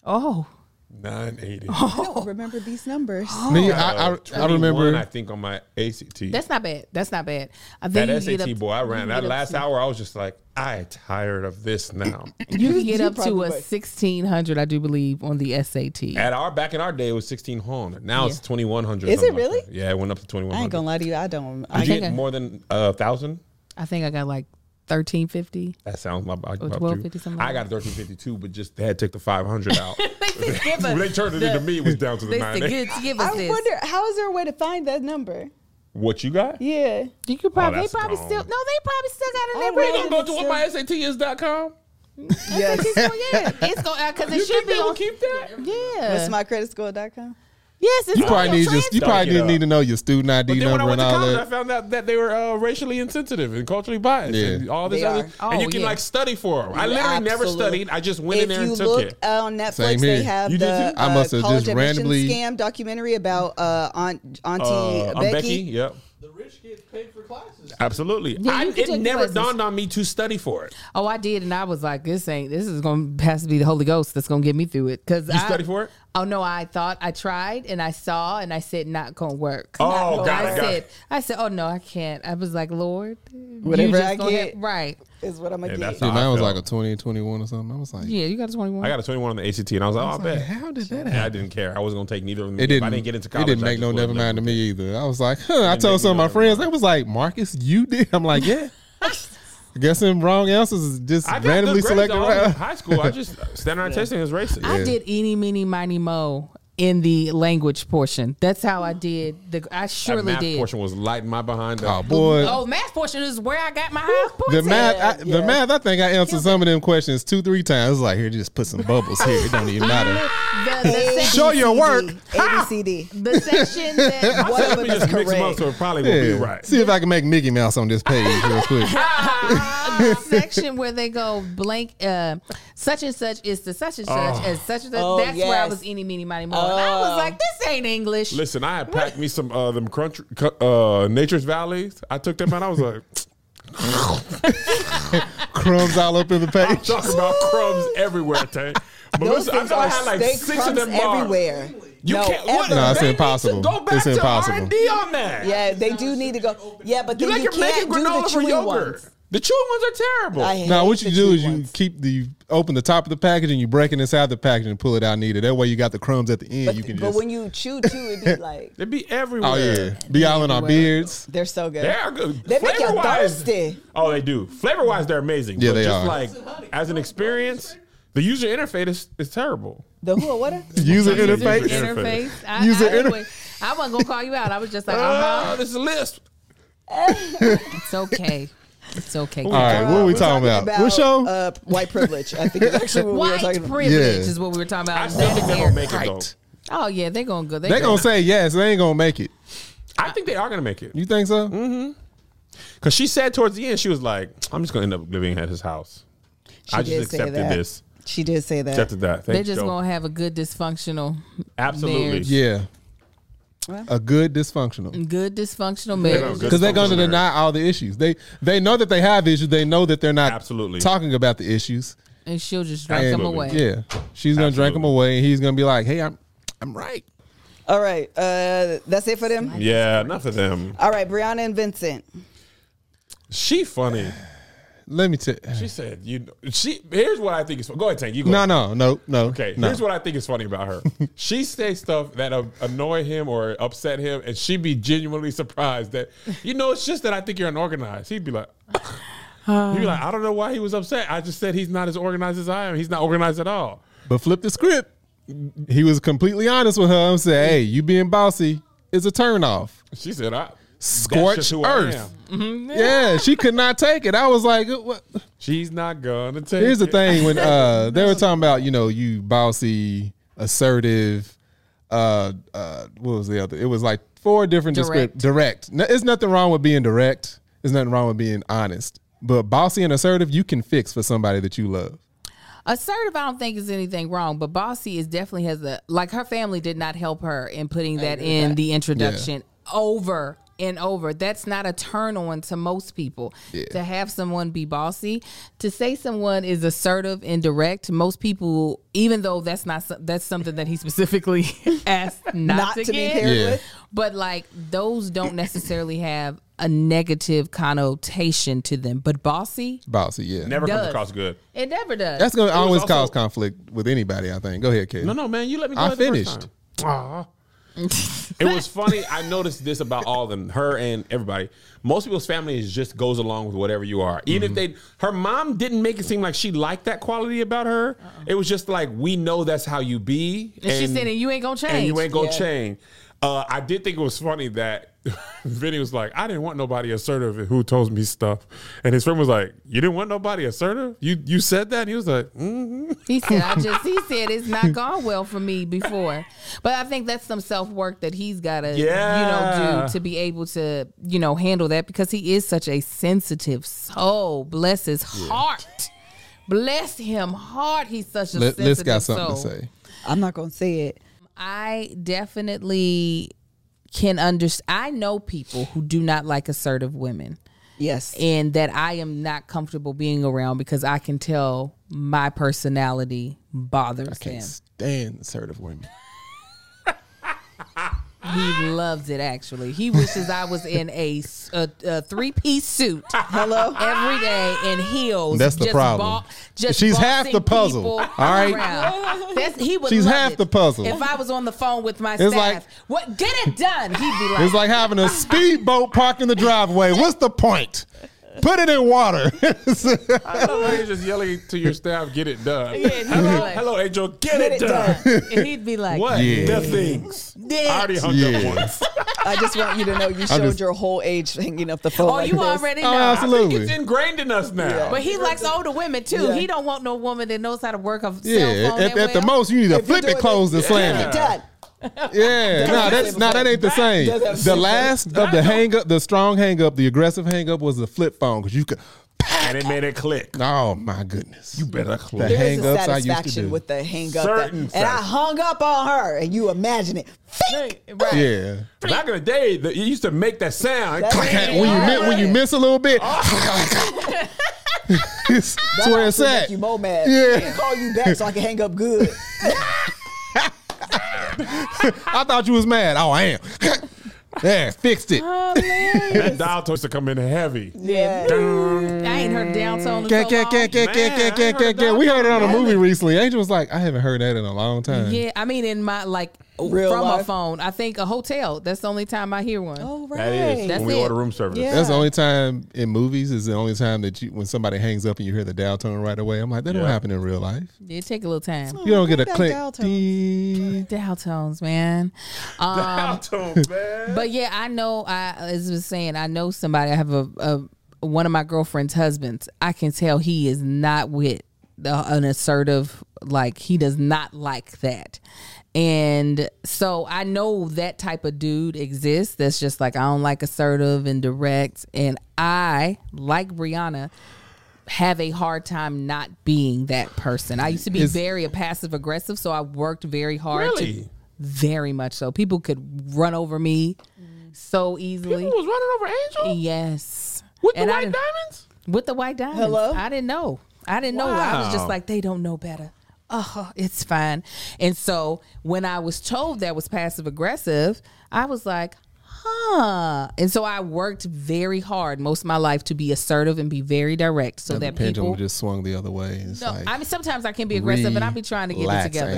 S3: Oh,
S2: 980.
S1: I don't remember these numbers.
S4: Me,
S2: got
S4: I, I,
S2: a
S4: I
S2: 21,
S4: remember.
S2: I think on my ACT.
S3: that's not bad. That's not bad. I think
S2: that
S3: you get
S2: SAT
S3: up-
S2: boy, I ran
S3: you
S2: that
S3: get up
S2: last
S3: to-
S2: hour. I was just like, I tired of this now.
S3: You can get
S1: You
S3: up to
S1: probably
S3: a
S1: would.
S3: sixteen hundred, I do believe, on the SAT.
S2: At our back in our day, it was sixteen hundred. Now it's
S3: Yeah.
S2: twenty one hundred.
S1: Is it really?
S2: Yeah, it went up to twenty one
S1: I ain't
S2: hundred.
S1: gonna lie to you. I don't.
S2: Did
S1: I,
S2: you
S3: think
S2: get
S3: I-
S2: more than a thousand?
S3: I think I got like thirteen fifty.
S2: That sounds like about, about
S3: 1250,
S2: true.
S3: Oh, something
S2: I
S3: like
S2: got thirteen fifty two, but just they had took the five hundred out.
S3: give
S2: when they turned it into me, it was down to the
S3: They said,
S2: nine.
S3: "Give- give us
S1: I
S3: this."
S1: wonder how is there a way to find that number?
S2: What you got?
S1: Yeah.
S3: You could probably, they
S2: Oh, that's
S3: probably
S2: gone.
S3: still, no,
S1: Oh,
S3: they probably still got it in
S1: I
S3: their
S1: don't
S3: brain.
S1: know.
S2: You Go to what my SAT is dot com.
S1: Yes.
S3: yeah, it's going because it
S2: You
S3: should
S2: think
S3: be
S2: they will
S3: on.
S2: keep that?
S3: yeah,
S1: That's mycreditscore.com.
S3: yes, it's
S4: You probably need your, you
S2: Don't
S4: probably
S2: get
S4: didn't
S2: up.
S4: need to know your student ID
S2: But then when I
S4: number
S2: went
S4: and
S2: to
S4: all
S2: college, I
S4: that.
S2: found out that they were uh, racially insensitive and culturally biased,
S4: Yeah.
S2: and all this
S1: They
S2: other.
S1: are.
S2: and
S3: Oh,
S2: you can
S3: yeah.
S2: like study for them. I literally never
S1: Absolutely.
S2: studied. I just went in
S1: if
S2: there
S1: you
S2: and took
S1: look
S2: it.
S1: uh, on Netflix,
S4: Same
S1: they
S4: here.
S1: have
S2: You did
S1: the
S2: too?
S1: uh,
S4: I must have
S1: college
S4: just
S1: admission
S4: randomly-
S1: scam documentary about uh, Aunt Auntie
S2: Uh, I'm
S1: Becky.
S2: Becky. Yep.
S5: The rich kids paid for classes.
S2: Absolutely.
S3: Yeah,
S2: I,
S3: you can
S2: it
S3: take
S2: never
S3: classes.
S2: dawned on me to study for it.
S3: Oh, I did, and I was like, "This ain't. This is going to has to be the Holy Ghost that's going to get me through it." Because
S2: You study for it?
S3: Oh no, I thought I tried, and I saw, and I said, "Not going to work."
S2: Oh,
S3: Not gonna-
S2: got it,
S3: I
S2: got
S3: said,
S2: it.
S3: I said, "Oh no, I can't." I was like, "Lord, you
S1: Whatever
S3: just
S1: I
S3: gonna
S1: get.
S3: have- right?
S1: Is what I'm gonna
S2: Yeah,
S1: get.
S2: that's
S4: Dude,
S2: how
S4: mine
S2: I
S4: was
S2: felt.
S4: like a 20, 21 or something. I was like,
S3: Yeah, you got a twenty-one.
S2: I got a 21 on the ACT, and I was like, oh, I bet.
S4: how did that
S2: And I
S4: happen?
S2: didn't care. I wasn't gonna take neither of them.
S4: It didn't,
S2: If I didn't get into college.
S4: It didn't
S2: I
S4: make
S2: just
S4: no
S2: would've
S4: never mind to
S2: lived
S4: me either. I was like, huh. I
S2: didn't make
S4: told some of
S2: no
S4: my
S2: never
S4: friends,
S2: mind.
S4: they was like, Marcus, you did. I'm like, yeah. I guess them wrong answers is just
S2: I got
S4: randomly
S2: good grades
S4: selected.
S2: all in
S4: Right.
S2: high school. I just standardized testing is racist.
S3: I did any, mini, miny, mo in the language portion. That's how I did. The I
S2: That
S3: surely
S2: math
S3: did.
S2: portion was lighting my behind
S4: Oh
S2: up.
S4: boy,
S3: Oh, math portion is where I got my high points.
S4: the
S3: at.
S4: math, I,
S1: yeah.
S4: the math. I think I answered some of them questions two, three times. It's like here, just put some bubbles here. It don't even matter.
S3: The, the,
S1: ABCD,
S3: sec-
S4: Show your work.
S1: ABCD.
S3: the section
S1: One of
S3: that
S2: Let
S1: them
S2: me
S1: is
S2: just mix them up
S1: correct.
S2: so it probably
S4: Yeah.
S2: will be right.
S4: See if I can make Mickey Mouse on this page real quick.
S3: the section where they go blank uh, such and such is to such and such as such and such.
S1: Oh,
S3: That's where I
S1: yes.
S3: was any mini money more. I was like, this ain't English.
S2: Oh. Listen, I had packed me some uh, them crunch cu- uh, Nature's Valleys. I took them out. I was like,
S4: Crumbs all up in the page.
S2: talking about crumbs everywhere, Tank. But
S1: Those
S2: listen, I
S1: things
S2: thought I
S1: are
S2: had like
S1: steak
S2: six of
S1: crumbs
S2: them bars.
S1: everywhere.
S2: You
S1: no,
S2: can't. What,
S1: ever.
S4: No, it's
S2: they need to
S4: impossible.
S2: Go back
S4: It's
S2: to
S4: impossible.
S2: R&D on that.
S1: Yeah, they do need to go. Yeah, but
S2: You
S1: then
S2: like
S1: you
S2: you're
S1: can't
S2: making
S1: do the
S2: granola for
S1: chewy
S2: yogurt.
S1: ones.
S2: The chewy ones are terrible.
S1: I
S4: No,
S1: hate
S4: what you
S1: the
S4: do
S1: chewy
S4: is you
S1: ones.
S4: keep the you open the top of the package and you break it inside the package and pull it out needed. That way you got the crumbs at the end.
S1: But,
S4: you can
S1: but
S4: just
S1: when you chew too, it'd be like
S2: they be everywhere.
S4: oh yeah, be all in our beards.
S1: they're so good.
S2: They are good.
S1: They make you
S2: Flavor-wise-
S1: thirsty.
S2: Oh, they do. Flavor wise, they're amazing.
S4: Yeah,
S2: but
S4: they
S2: just
S4: are.
S2: like as an experience, the user interface is, is terrible.
S1: The who or what? are-
S4: User
S2: User
S4: interface.
S2: interface.
S3: I,
S4: User
S3: I,
S4: interface.
S3: was- I wasn't gonna call you out. I was just like, uh-huh.
S2: Ah, this is a list.
S3: it's okay. It's okay.
S4: All right, what are we talking about? What show?
S1: Uh, white privilege. I think is actually what we were
S3: White
S1: talking about.
S3: privilege
S4: Yeah.
S3: is what we were talking
S2: I
S3: about.
S2: still think they're gonna make it
S4: Right.
S2: though.
S3: oh yeah, they're gonna go.
S4: they gonna say yes. They ain't gonna make it.
S2: I think they are gonna make it.
S4: You think so?
S2: Because she said towards the end, she was like, "I'm just gonna end up living at his house."
S1: She
S2: I
S1: did
S2: just
S1: say
S2: accepted
S1: that.
S2: this.
S1: She did say that.
S2: Accepted that.
S3: They're
S2: Thanks,
S3: just
S2: Joe.
S3: gonna have a good dysfunctional,
S2: Absolutely.
S3: marriage.
S4: Yeah.
S1: Well.
S4: A good dysfunctional.
S3: good dysfunctional
S2: gonna go-
S3: marriage.
S4: Because they're going to
S2: Dysfunctional marriage.
S4: deny all the issues. They they know that they have issues. They know that they're not
S2: Absolutely.
S4: talking about the issues.
S3: and she'll just drink them
S2: Absolutely.
S3: away.
S4: Yeah, she's gonna drink them
S2: Absolutely.
S4: away, and he's gonna be like, "Hey, I'm I'm right."
S1: All right. Uh, that's it for them.
S2: Yeah, enough of them.
S1: All right, Brianna and Vincent.
S2: She funny.
S4: Let me tell.
S2: She said, "You." She here's what I think is. Go ahead, Tank. You go.
S4: No, no, no, no.
S2: Okay,
S4: no.
S2: here's what I think is funny about her. she say stuff that um, annoy him or upset him, and she be genuinely surprised that you know it's just that I think you're unorganized. He'd be like, he'd be like, I don't know why he was upset. I just said he's not as organized as I am. He's not organized at all.
S4: But flip the script. He was completely honest with her and said, "Hey, you being bossy is a turnoff.
S2: She said, I that's
S4: Scorched
S2: just who I
S4: earth."
S2: am.
S4: Yeah, she could not take it. I was like, what?
S2: She's not gonna take.
S4: "Here's the
S2: it."
S4: thing." When uh, they were talking about, you know, you bossy, assertive. Uh, uh, what was the other? It was like four different
S3: Direct.
S4: descript direct. No, it's nothing wrong with being direct. There's nothing wrong with being honest. But bossy and assertive, you can fix for somebody that you love.
S3: Assertive, I don't think is anything wrong, but Bossy is definitely has the like her family did not help her in putting that in the introduction over and over. That's not a turn on to most people. To have someone be bossy, to say someone is assertive and direct, most people, even though that's not so- that's something that he specifically asked not,
S1: Not
S3: to,
S1: to be
S3: get,
S1: paired
S4: Yeah.
S1: with.
S3: but like those don't necessarily have a negative connotation to them. But bossy,
S4: Bossy, yeah.
S2: Never
S3: Does.
S2: comes across good.
S3: it never does.
S4: That's gonna
S2: was
S4: always
S2: also-
S4: cause conflict with anybody. I think. Go ahead, Kate.
S2: No, no, man, you let me. Go
S4: I
S2: at the first
S4: finished.
S2: time. Aw. it was funny. I noticed this about all of them, her and everybody. Most people's family is just goes along with whatever you are. Even
S4: Mm-hmm.
S2: if they, her mom didn't make it seem like she liked that quality about her. It was just like we know that's how you be.
S3: Uh-uh. And she's saying, "You ain't gonna
S2: And
S3: change."
S2: you ain't gonna
S1: Yeah.
S2: change. Uh, I did think it was funny that Vinny was like, I didn't want nobody assertive who told me stuff. And his friend was like, You didn't want nobody assertive? You you said that? And he was like, mm-hmm.
S3: He said, I just, he said, it's not gone well for me before. But I think that's some self work that he's got to, you know,
S2: Yeah.
S3: do to be able to, you know, handle that because he is such a sensitive soul. Bless his heart. Bless him hard. He's such a
S4: Let,
S3: sensitive
S4: us got something
S3: soul.
S4: to say.
S1: I'm not gonna say it.
S3: I definitely can understand. I know people who do not like assertive women
S1: Yes.
S3: and that I am not comfortable being around because I can tell my personality bothers him.
S4: stand assertive women.
S3: He loves it. Actually, he wishes I was in a, s- a- a three-piece suit. Hello, every day in heels.
S4: That's the problem. She's half the
S3: bossing
S4: puzzle,
S3: people
S4: all right?
S3: around. That's, he would
S4: She's
S3: love
S4: half
S3: it.
S4: the puzzle.
S3: If I was on the phone with my
S4: It's
S3: staff,
S4: like-
S3: what get it done? He'd be like,
S4: It's like having a speedboat parked in the driveway. What's the point? Put it in water.
S2: I love how you're just yelling to your staff, get it done.
S3: Yeah, he'd be
S2: hello,
S3: like-
S2: hello, Angel, get, it,
S1: it
S2: done.
S3: and he'd be like,
S2: What?
S4: Yeah.
S2: The things.
S3: "Dick."
S2: I already hung
S4: Yeah.
S2: up once.
S1: I just want you to know you showed
S4: just-
S1: your whole age hanging up the phone.
S3: Oh,
S1: like
S3: you
S1: this.
S3: already know.
S4: Oh,
S2: I think it's
S4: absolutely.
S2: ingrained in us now.
S3: But he likes older women too.
S1: Yeah.
S3: He don't want no woman that knows how to work a cell
S4: Yeah.
S3: phone.
S4: At,
S3: that
S4: at the
S3: well.
S4: most, you need to
S1: If you're
S4: flip it
S1: doing
S4: closed and
S1: that-
S4: slam
S1: Get
S4: it.
S1: it done.
S4: Yeah, no, that's no, that ain't the same.
S1: doesn't
S4: The
S1: seem
S4: last of the hang up, the strong hang up, the aggressive hang up was the flip phone because you could.
S2: And it made it click.
S4: Oh my goodness! You
S2: Better
S4: The
S2: click.
S1: There is
S4: hang-ups I
S1: a
S4: used to
S1: satisfaction
S4: do.
S1: with the hang up.
S2: Certain
S1: and I
S2: satisfaction.
S1: hung up on her, and you imagine it.
S3: Right, right.
S4: yeah.
S2: Back in the day, the, you used to make that sound.
S1: That's-
S4: Clack, when you mi- when you miss a little bit, it's it's where it's
S1: actually make
S4: at.
S1: You mo mad.
S4: Yeah.
S1: Let me call you back so I can hang up good.
S4: I thought you was mad. Oh, I am. yeah, fixed it.
S2: that dial tone used to come in heavy.
S1: Yeah.
S3: I ain't heard downtown in so
S4: Get,
S3: long.
S4: get, get, get, get,
S2: Man,
S4: get,
S2: I
S4: get, get,
S2: heard
S4: get.
S2: that.
S4: We heard it on a movie recently. Angel was like, I haven't heard that in a long time.
S3: Yeah, I mean, in my like
S1: Real
S3: from a
S1: life.
S3: phone. I think a hotel. That's the only time I hear one.
S4: Oh.
S1: All right.
S2: That is
S3: That's
S2: when we
S3: it.
S2: order room service.
S1: Yeah.
S4: That's the only time in movies is the only time that you when somebody hangs up and you hear the dial tone right away. I'm like, that don't
S2: Yeah.
S4: happen in real life.
S3: It take a little time.
S4: You don't get a
S1: that
S4: click.
S1: dial tone.
S4: Ding.
S3: Dial tones, man.
S2: Dial tone, man.
S3: But yeah, I know. I as I was saying, I know somebody. I have a, a one of my girlfriend's husbands. I can tell he is not with the, an assertive. Like he does not like that. And so I know that type of dude exists. That's just like I don't like assertive and direct. And I like Brianna. Have a hard time not being that person. I used to be
S4: Is-
S3: very passive aggressive, so I worked very hard to
S2: Really?
S3: very much so. People could run over me so easily.
S2: People was running over Angel
S3: yes.
S2: with
S3: And
S2: the
S3: I
S2: white
S3: didn't-
S2: diamonds.
S3: With the white diamonds.
S1: Hello?
S3: I didn't know. I didn't know. I was just
S2: Wow.
S3: like, they don't know better. Oh, it's fine. And so when I was told that was passive aggressive, I was like, huh. And so I worked very hard most of my life to be assertive and be very direct so
S4: The
S3: that
S4: pendulum
S3: people
S4: just swung the other way. It's
S3: no,
S4: like,
S3: I mean sometimes I can be aggressive and I be trying to get it
S4: relax,
S3: together.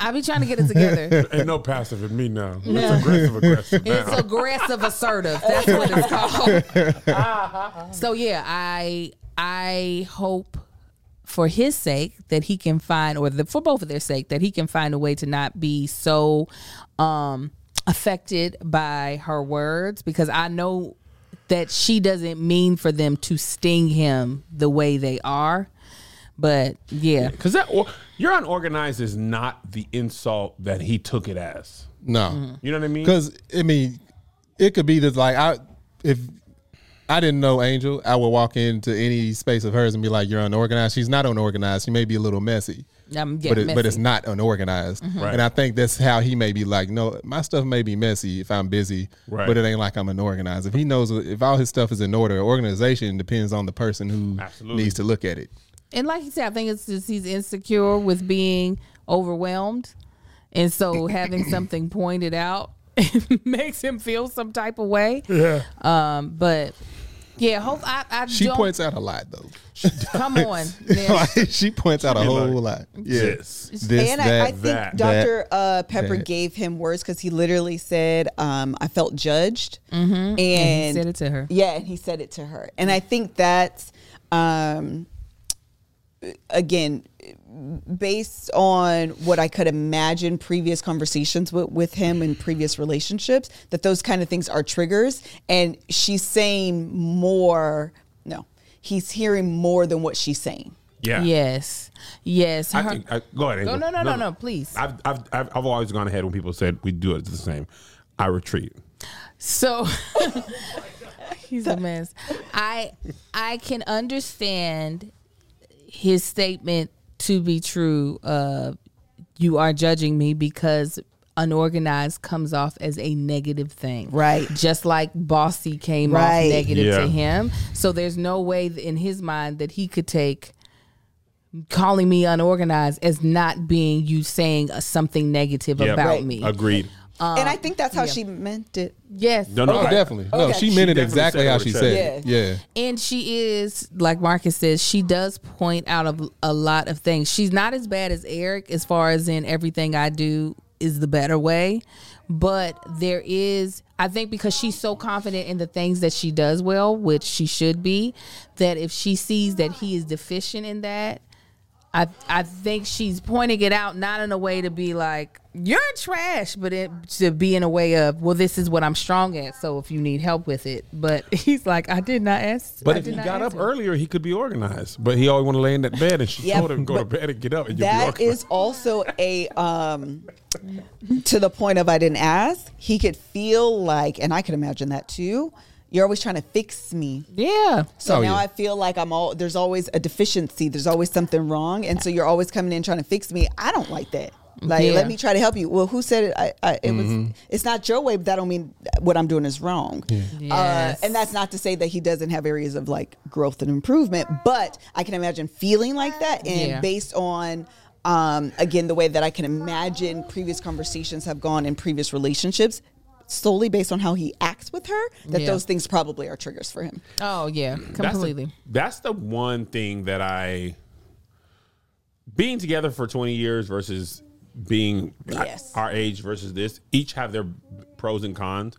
S3: I be trying to get it together.
S2: Ain't no passive in me now. It's aggressive, aggressive now.
S3: It's aggressive assertive. That's what it's called. so yeah, I I hope for his sake that he can find or the, for both of their sake that he can find a way to not be so um affected by her words because I know that she doesn't mean for them to sting him the way they are. But yeah.
S2: Because that or, you're unorganized is not the insult that he took it as.
S4: no.
S3: Mm.
S2: You know what I mean?
S4: Because I mean, it could be just like I if I didn't know Angel. I would walk into any space of hers and be like, "You're unorganized." She's not unorganized. She may be a little messy,
S3: Um, yeah,
S4: but it, but it's
S3: messy.
S4: not unorganized.
S2: Right.
S4: And I think that's how he may be like, "No, my stuff may be messy if I'm busy,
S2: Right.
S4: but it ain't like I'm unorganized." If he knows if all his stuff is in order, organization depends on the person who
S2: Absolutely.
S4: needs to look at it.
S3: And like you said, I think it's just he's insecure with being overwhelmed, and so having something pointed out makes him feel some type of way. Yeah. Um. But yeah, hope I. I
S4: She
S3: don't,
S4: points out a lot though.
S3: Come on. man.
S4: Like, she points out a
S2: Be
S4: whole
S2: like,
S4: lot. Yeah.
S2: Yes.
S4: This,
S1: and
S4: that,
S1: I, I think
S2: that,
S1: Dr. uh, Pepper
S4: that.
S1: gave him words because he literally said, um, I felt judged. Mm-hmm. And,
S3: he said it to her.
S1: Yeah, and he said it to her. And I think that's, um, again, based on what I could imagine previous conversations with, with him in previous relationships, that those kind of things are triggers. And she's saying more, no, he's hearing more than what she's saying.
S2: Yeah.
S3: Yes. Yes.
S2: I
S3: her-
S2: think, I, go ahead.
S3: Go-
S2: Angel.
S3: no, no, no, no, please.
S2: I've, I've, I've, I've always gone ahead when people said we do it the same. I retreat.
S3: So he's a mess. I I can understand his statement to be true. Uh, you are judging me because unorganized comes off as a negative thing,
S1: Right.
S3: Just like bossy came
S1: Right.
S3: off negative
S2: Yeah.
S3: to him. So there's no way in his mind that he could take calling me unorganized as not being you saying uh, something negative
S2: Yep.
S3: about
S1: Right.
S3: me.
S2: Agreed.
S3: Uh,
S1: and I think that's how she meant it.
S3: Yes.
S2: No, no,
S4: Oh,
S2: I-
S4: definitely. No,
S1: Okay.
S4: she
S1: She
S4: meant it
S2: definitely
S4: exactly
S2: said
S4: how
S2: what
S4: she
S2: it
S4: said.
S1: said.
S4: it. Yeah.
S3: And she is, like Marcus says, she does point out a, a lot of things. She's not as bad as Eric as far as in everything I do is the better way. But there is, I think, because she's so confident in the things that she does well, which she should be, that if she sees that he is deficient in that, I, I think she's pointing it out not in a way to be like you're trash, but it to be in a way of well, this is what I'm strong at. So if you need help with it, but he's like, I did not ask.
S2: But
S3: I
S2: if
S3: did
S2: he
S3: not
S2: got
S3: ask
S2: up
S3: him."
S2: earlier, he could be organized. But he always want to lay in that bed, and she
S1: Yeah,
S2: told him go to bed and get up, and you'll be
S1: That
S2: organized.
S1: is also a um to the point of I didn't ask. He could feel like, and I could imagine that too. You're always trying to fix me.
S3: yeah,
S1: So
S4: Oh,
S1: now
S4: yeah.
S1: I feel like I'm all there's always a deficiency. There's always something wrong. And so you're always coming in trying to fix me. I don't like that. Like
S3: Yeah.
S1: let me try to help you. Well, who said it? I, I it was it's not your way, but that don't mean what I'm doing is wrong.
S3: Yes.
S1: Uh, and that's not to say that he doesn't have areas of like growth and improvement, but I can imagine feeling like that and
S3: Yeah.
S1: based on um, again the way that I can imagine previous conversations have gone in previous relationships solely based on how he acts with her that
S3: Yeah.
S1: those things probably are triggers for him.
S3: oh yeah, completely.
S2: That's the, that's the one thing that I being together for 20 years versus being I-
S1: Yes.
S2: our age versus this, each have their pros and cons.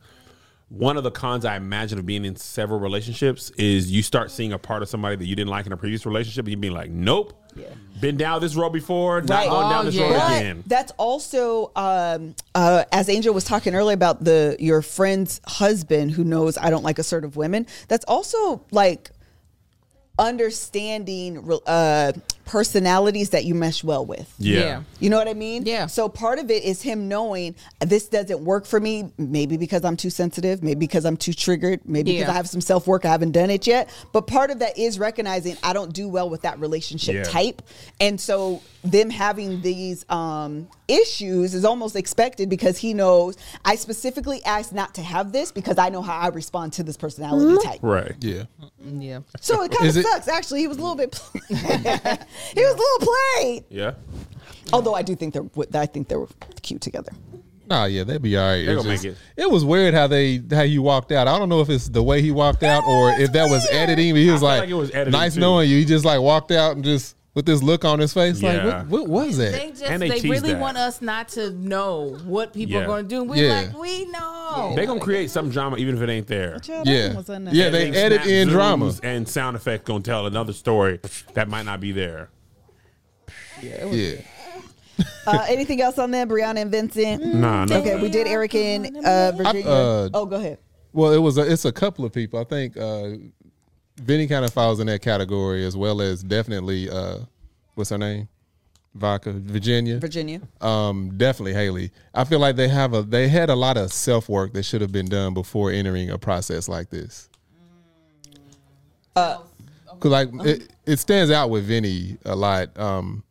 S2: One of the cons I imagine of being in several relationships is you start seeing a part of somebody that you didn't like in a previous relationship, and you being like, "Nope,
S1: Yeah.
S2: been down this road before, not
S1: Right.
S2: going down
S3: Oh,
S2: this
S3: yeah.
S2: road
S1: But
S2: again."
S1: that's also um, uh, as Angel was talking earlier about the your friend's husband who knows I don't like assertive women. That's also like understanding re- uh, personalities that you mesh well with.
S2: yeah.
S1: You know what I mean?
S3: Yeah.
S1: So part of it is him knowing this doesn't work for me, maybe because I'm too sensitive, maybe because I'm too triggered, maybe because
S3: Yeah.
S1: I have some self work, I haven't done it yet. But part of that is recognizing I don't do well with that relationship
S2: Yeah.
S1: type. And so them having these um, issues is almost expected because he knows I specifically asked not to have this because I know how I respond to this personality
S3: Mm-hmm.
S1: type.
S2: right.
S4: Yeah.
S3: Yeah,
S1: So it kind
S4: Is
S1: of
S4: it-
S1: sucks. Actually, he was a little bit. he was a little played.
S2: Yeah,
S1: Although I do think they're, w- I think they were cute together.
S4: Nah, yeah, they'd be all right.
S2: They
S4: It's
S2: gonna
S4: just-
S2: make it.
S4: It was weird how they how he walked out. I don't know if it's the way he walked out or if that was editing. But he was
S2: feel
S4: like,
S2: like it was editing,
S4: nice
S2: too.
S4: knowing you. He just like walked out and just with this look on his face,
S2: Yeah.
S4: like, what, what was that?
S3: they just
S2: And
S3: they,
S2: they tease
S3: really
S2: that.
S3: want us not to know what people
S2: Yeah.
S3: are going to do. We're
S4: Yeah.
S3: like, we know.
S2: they gonna create some drama even if it ain't there.
S4: yeah, yeah, they
S2: Big
S4: edit
S2: snap
S4: in
S2: zooms
S4: drama.
S2: and sound effects gonna tell another story that might not be there.
S4: Yeah,
S1: Uh, anything else on that, Brianna and Vincent?
S2: Nah, no.
S1: Okay, we did Eric and uh, Virginia.
S4: uh,
S1: oh, go ahead.
S4: well, it was a, it's a couple of people. I think uh, Vinny kind of falls in that category as well as definitely uh, what's her name, Vodka Virginia.
S1: Virginia.
S4: Um, definitely Haley. I feel like they have a they had a lot of self work that should have been done before entering a process like this.
S1: Uh,
S4: Cause like
S3: Uh-huh.
S4: it, it stands out with Vinny a lot. Um,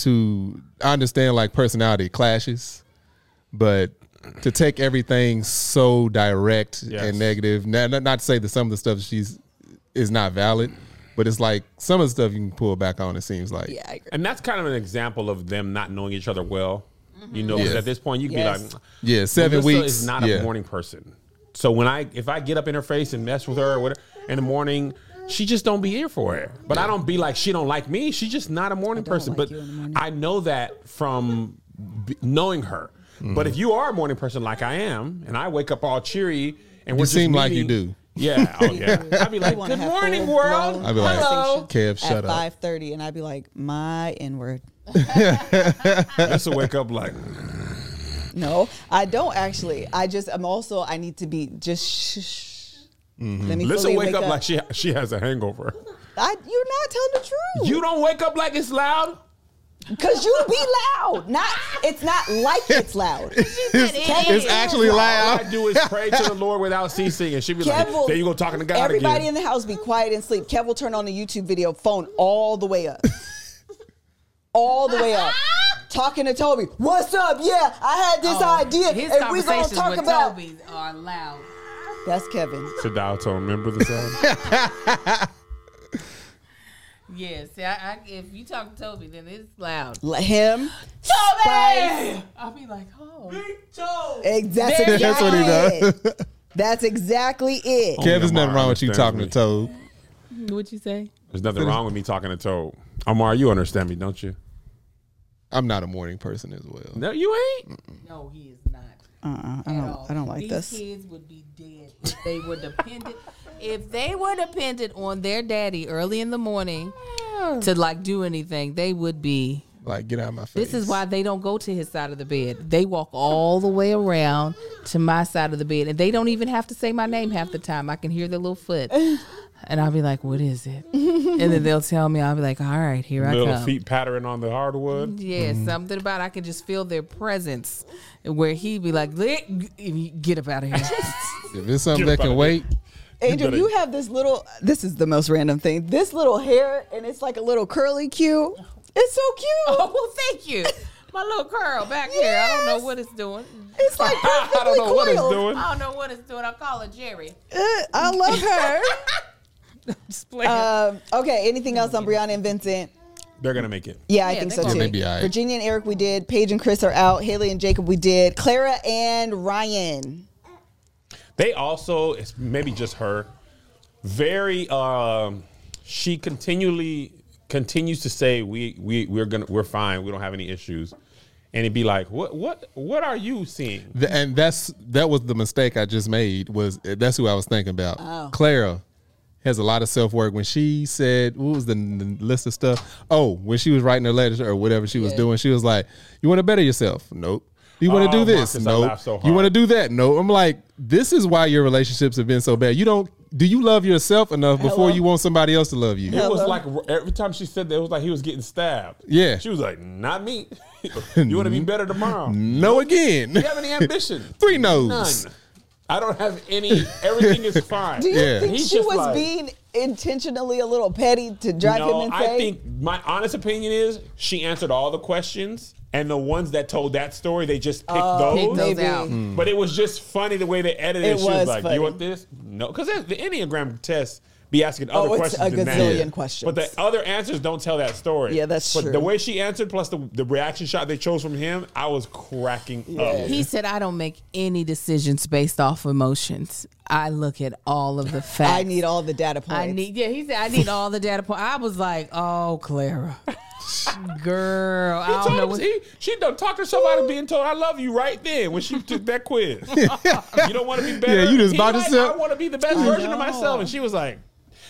S4: to I understand like personality clashes, but to take everything so direct
S2: Yes.
S4: and negative. Now, not, not to say that some of the stuff she's is not valid, but it's like some of the stuff you can pull back on. It seems like
S1: Yeah, I agree.
S2: And that's kind of an example of them not knowing each other well. You know, 'cause
S4: Yes.
S2: at this point you can
S1: Yes.
S2: be like,
S4: Yeah, seven
S2: Melissa
S4: weeks.
S2: is not
S4: yeah.
S2: a morning person. So when I if I get up in her face and mess with her or whatever in the morning, she just don't be here for it. But I don't be like she don't like me. She's just not a morning
S1: don't
S2: person.
S1: like
S2: but
S1: you in the morning.
S2: I know that from b- knowing her.
S4: Mm.
S2: But if you are a morning person like I am, and I wake up all cheery, and we're just
S4: seem like you
S2: meeting-
S4: do.
S2: Yeah, oh yeah. I'd be like,
S1: wanna
S2: "Good
S1: have
S2: morning,
S1: full
S2: world."
S1: blown
S4: I'd be like,
S2: Hello.
S4: Kev, shut
S1: at
S4: up.
S1: five thirty, and I'd be like, my n word.
S2: Melissa wake up like,
S1: No, I don't actually. I just am also. I need to be just. Shh, shh. Let me
S2: Melissa
S1: fully
S2: Mm-hmm. wake up like she she has a hangover.
S1: I, you're not telling the truth.
S2: You don't wake up like it's loud.
S1: Cause you be loud. Not it's not like it's loud.
S4: It's, it's actually
S2: All
S4: loud.
S2: I do is pray to the Lord without ceasing, and she be like,
S1: Kev will,
S2: "There you go, talking to God
S1: Everybody
S2: again."
S1: in the house be quiet and sleep. Kev will turn on the YouTube video, phone all the way up, all the way up. Talking to Toby, what's up? Yeah, I had this idea,
S3: Oh, His
S1: and we gonna
S3: conversations
S1: talk
S3: with
S1: about.
S3: Toby are loud.
S1: That's Kevin.
S2: Sadalto, remember the sound?
S3: Yes, I, I, if you talk to Toby, then it's loud.
S1: Let him. Spice.
S3: Toby, I'll be like, oh,
S1: Exactly.
S3: There you
S4: That's what he does.
S1: That's exactly it.
S2: Only
S4: Kev, there's nothing
S2: Amar
S4: wrong with you talking to
S2: understands
S4: Toad.
S3: what you say?
S2: There's nothing wrong with me talking to Toad. Amar, you understand me, don't you?
S4: I'm not a morning person as well.
S2: No, you ain't.
S3: No, he is not.
S1: Uh-uh, I
S3: at
S1: don't.
S3: all.
S1: I don't like
S3: These
S1: this.
S3: kids would be dead if they were dependent. if they were dependent on their daddy early in the morning to like do anything, they would be.
S4: Like, get out of my face.
S3: This is why they don't go to his side of the bed. They walk all the way around to my side of the bed, and they don't even have to say my name half the time. I can hear their little foot, and I'll be like, "What is it?" and then they'll tell me. I'll be like, "All right, here I
S2: Little
S3: come."
S2: feet pattering on the hardwood.
S3: Yeah,
S1: Mm-hmm.
S3: something about I can just feel their presence, where he'd be like, "Let- "Get up out of here."
S4: If it's something
S2: Get up
S4: that
S2: out
S4: can
S2: of
S4: wait,
S1: Angel,
S2: better-
S1: you have this little. This is the most random thing. This little hair, and it's like a little curly cue. It's so cute.
S3: Oh, well, thank you. My little curl back here. I don't know what it's doing.
S1: It's like perfectly
S2: I don't know what it's
S1: coiled.
S2: doing.
S3: I don't know what it's doing. I call it Jerry.
S1: Uh, I love her.
S3: Just playing.
S1: um, okay. Anything else on Brianna and Vincent?
S2: They're gonna make it.
S1: Yeah, I
S3: Yeah,
S1: think
S3: they
S1: so
S3: gonna-
S1: too.
S4: Yeah, they be all right.
S1: Virginia and Eric, we did. Paige and Chris are out. Haley and Jacob, we did. Clara and Ryan.
S2: They also, it's maybe just her, very. Um, she continually continues to say we we we're gonna we're fine. We don't have any issues, and it'd be like, what what what are you seeing?
S4: th- and that's that was the mistake I just made. Was that's who I was thinking about? Clara has a lot of self work. When she said, "What was the, n- list of stuff?" Oh, when she was writing her letters or whatever she was doing, she was like, "You want to better yourself? Nope." You want
S2: Oh,
S4: to do this?
S2: Marcus, I
S4: No.
S2: laugh so
S4: you
S2: hard.
S4: want to do that? No. I'm like, this is why your relationships have been so bad. You don't. Do you love yourself enough
S1: Hello?
S4: before you want somebody else to love you?
S2: It was
S1: Hello?
S2: like every time she said that, it was like he was getting stabbed.
S4: Yeah.
S2: She was like, not me. you want to be better tomorrow. Do
S4: No again.
S2: you have any ambition?
S4: Three no's.
S2: None. I don't have any. Everything is fine.
S1: Do you
S4: Yeah.
S1: think
S2: He's
S1: she
S2: just
S1: was
S2: like-
S1: being intentionally a little petty to drive
S2: no,
S1: him insane?
S2: I think my honest opinion is she answered all the questions, and the ones that told that story, they just picked
S1: Oh,
S2: those.
S3: Pick
S2: Hmm.
S3: those
S1: maybe.
S3: out.
S2: But it was just funny the way they edited it.
S1: It
S2: she was,
S1: was
S2: like,
S1: funny.
S2: "You want this? No." Because the Enneagram test be asking other
S1: Oh, it's
S2: questions.
S1: a
S2: than that.
S1: gazillion questions.
S2: But the other answers don't tell that story.
S1: Yeah, that's
S2: but
S1: true.
S2: The way she answered, plus the, the reaction shot they chose from him, I was cracking up.
S3: He said, I don't make any decisions based off emotions. I look at all of the facts.
S1: I need all the data points.
S3: I need, yeah, he said, I need all the data points. I was like, oh, Clara. Girl,
S2: He
S3: I
S2: told
S3: don't know
S2: him-
S3: what.
S2: he- she done talked herself out of being told I love you right then when she took that quiz. you don't want to be better.
S4: Yeah, you just
S2: He
S4: by
S2: like,
S4: yourself.
S2: I want to be the best
S1: I
S2: version
S1: know.
S2: of myself, and she was like.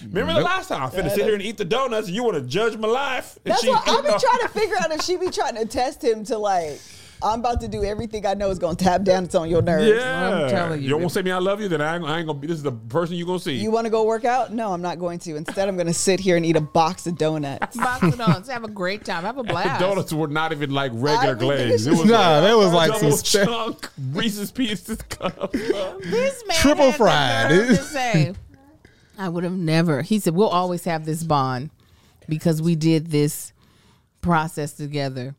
S2: Remember the
S4: Nope.
S2: last time I finna sit here and eat the donuts, and you want to judge my life? And
S1: That's
S2: she-
S1: what I've been trying to figure out if she be trying to test him to like, I'm about to do everything I know is gonna tap dance on your nerves.
S2: Yeah,
S3: I'm telling you,
S2: you won't
S3: baby.
S2: say me I love you, then I ain't, I ain't gonna be. This is the person you gonna see.
S1: You want to go work out? No, I'm not going to. Instead, I'm gonna sit here and eat a box of donuts.
S3: Box it on. Have a great time. Have a blast.
S2: the donuts were not even like
S1: I
S2: regular
S1: didn't think
S2: glaze.
S1: it
S2: It was
S4: Nah, that was
S2: like
S4: like some
S2: double
S4: spe-
S2: chunk Reese's Pieces cup.
S3: This man
S4: Triple
S3: had the
S4: fried.
S3: nerve to say, I would have never. He said, We'll always have this bond because we did this process together.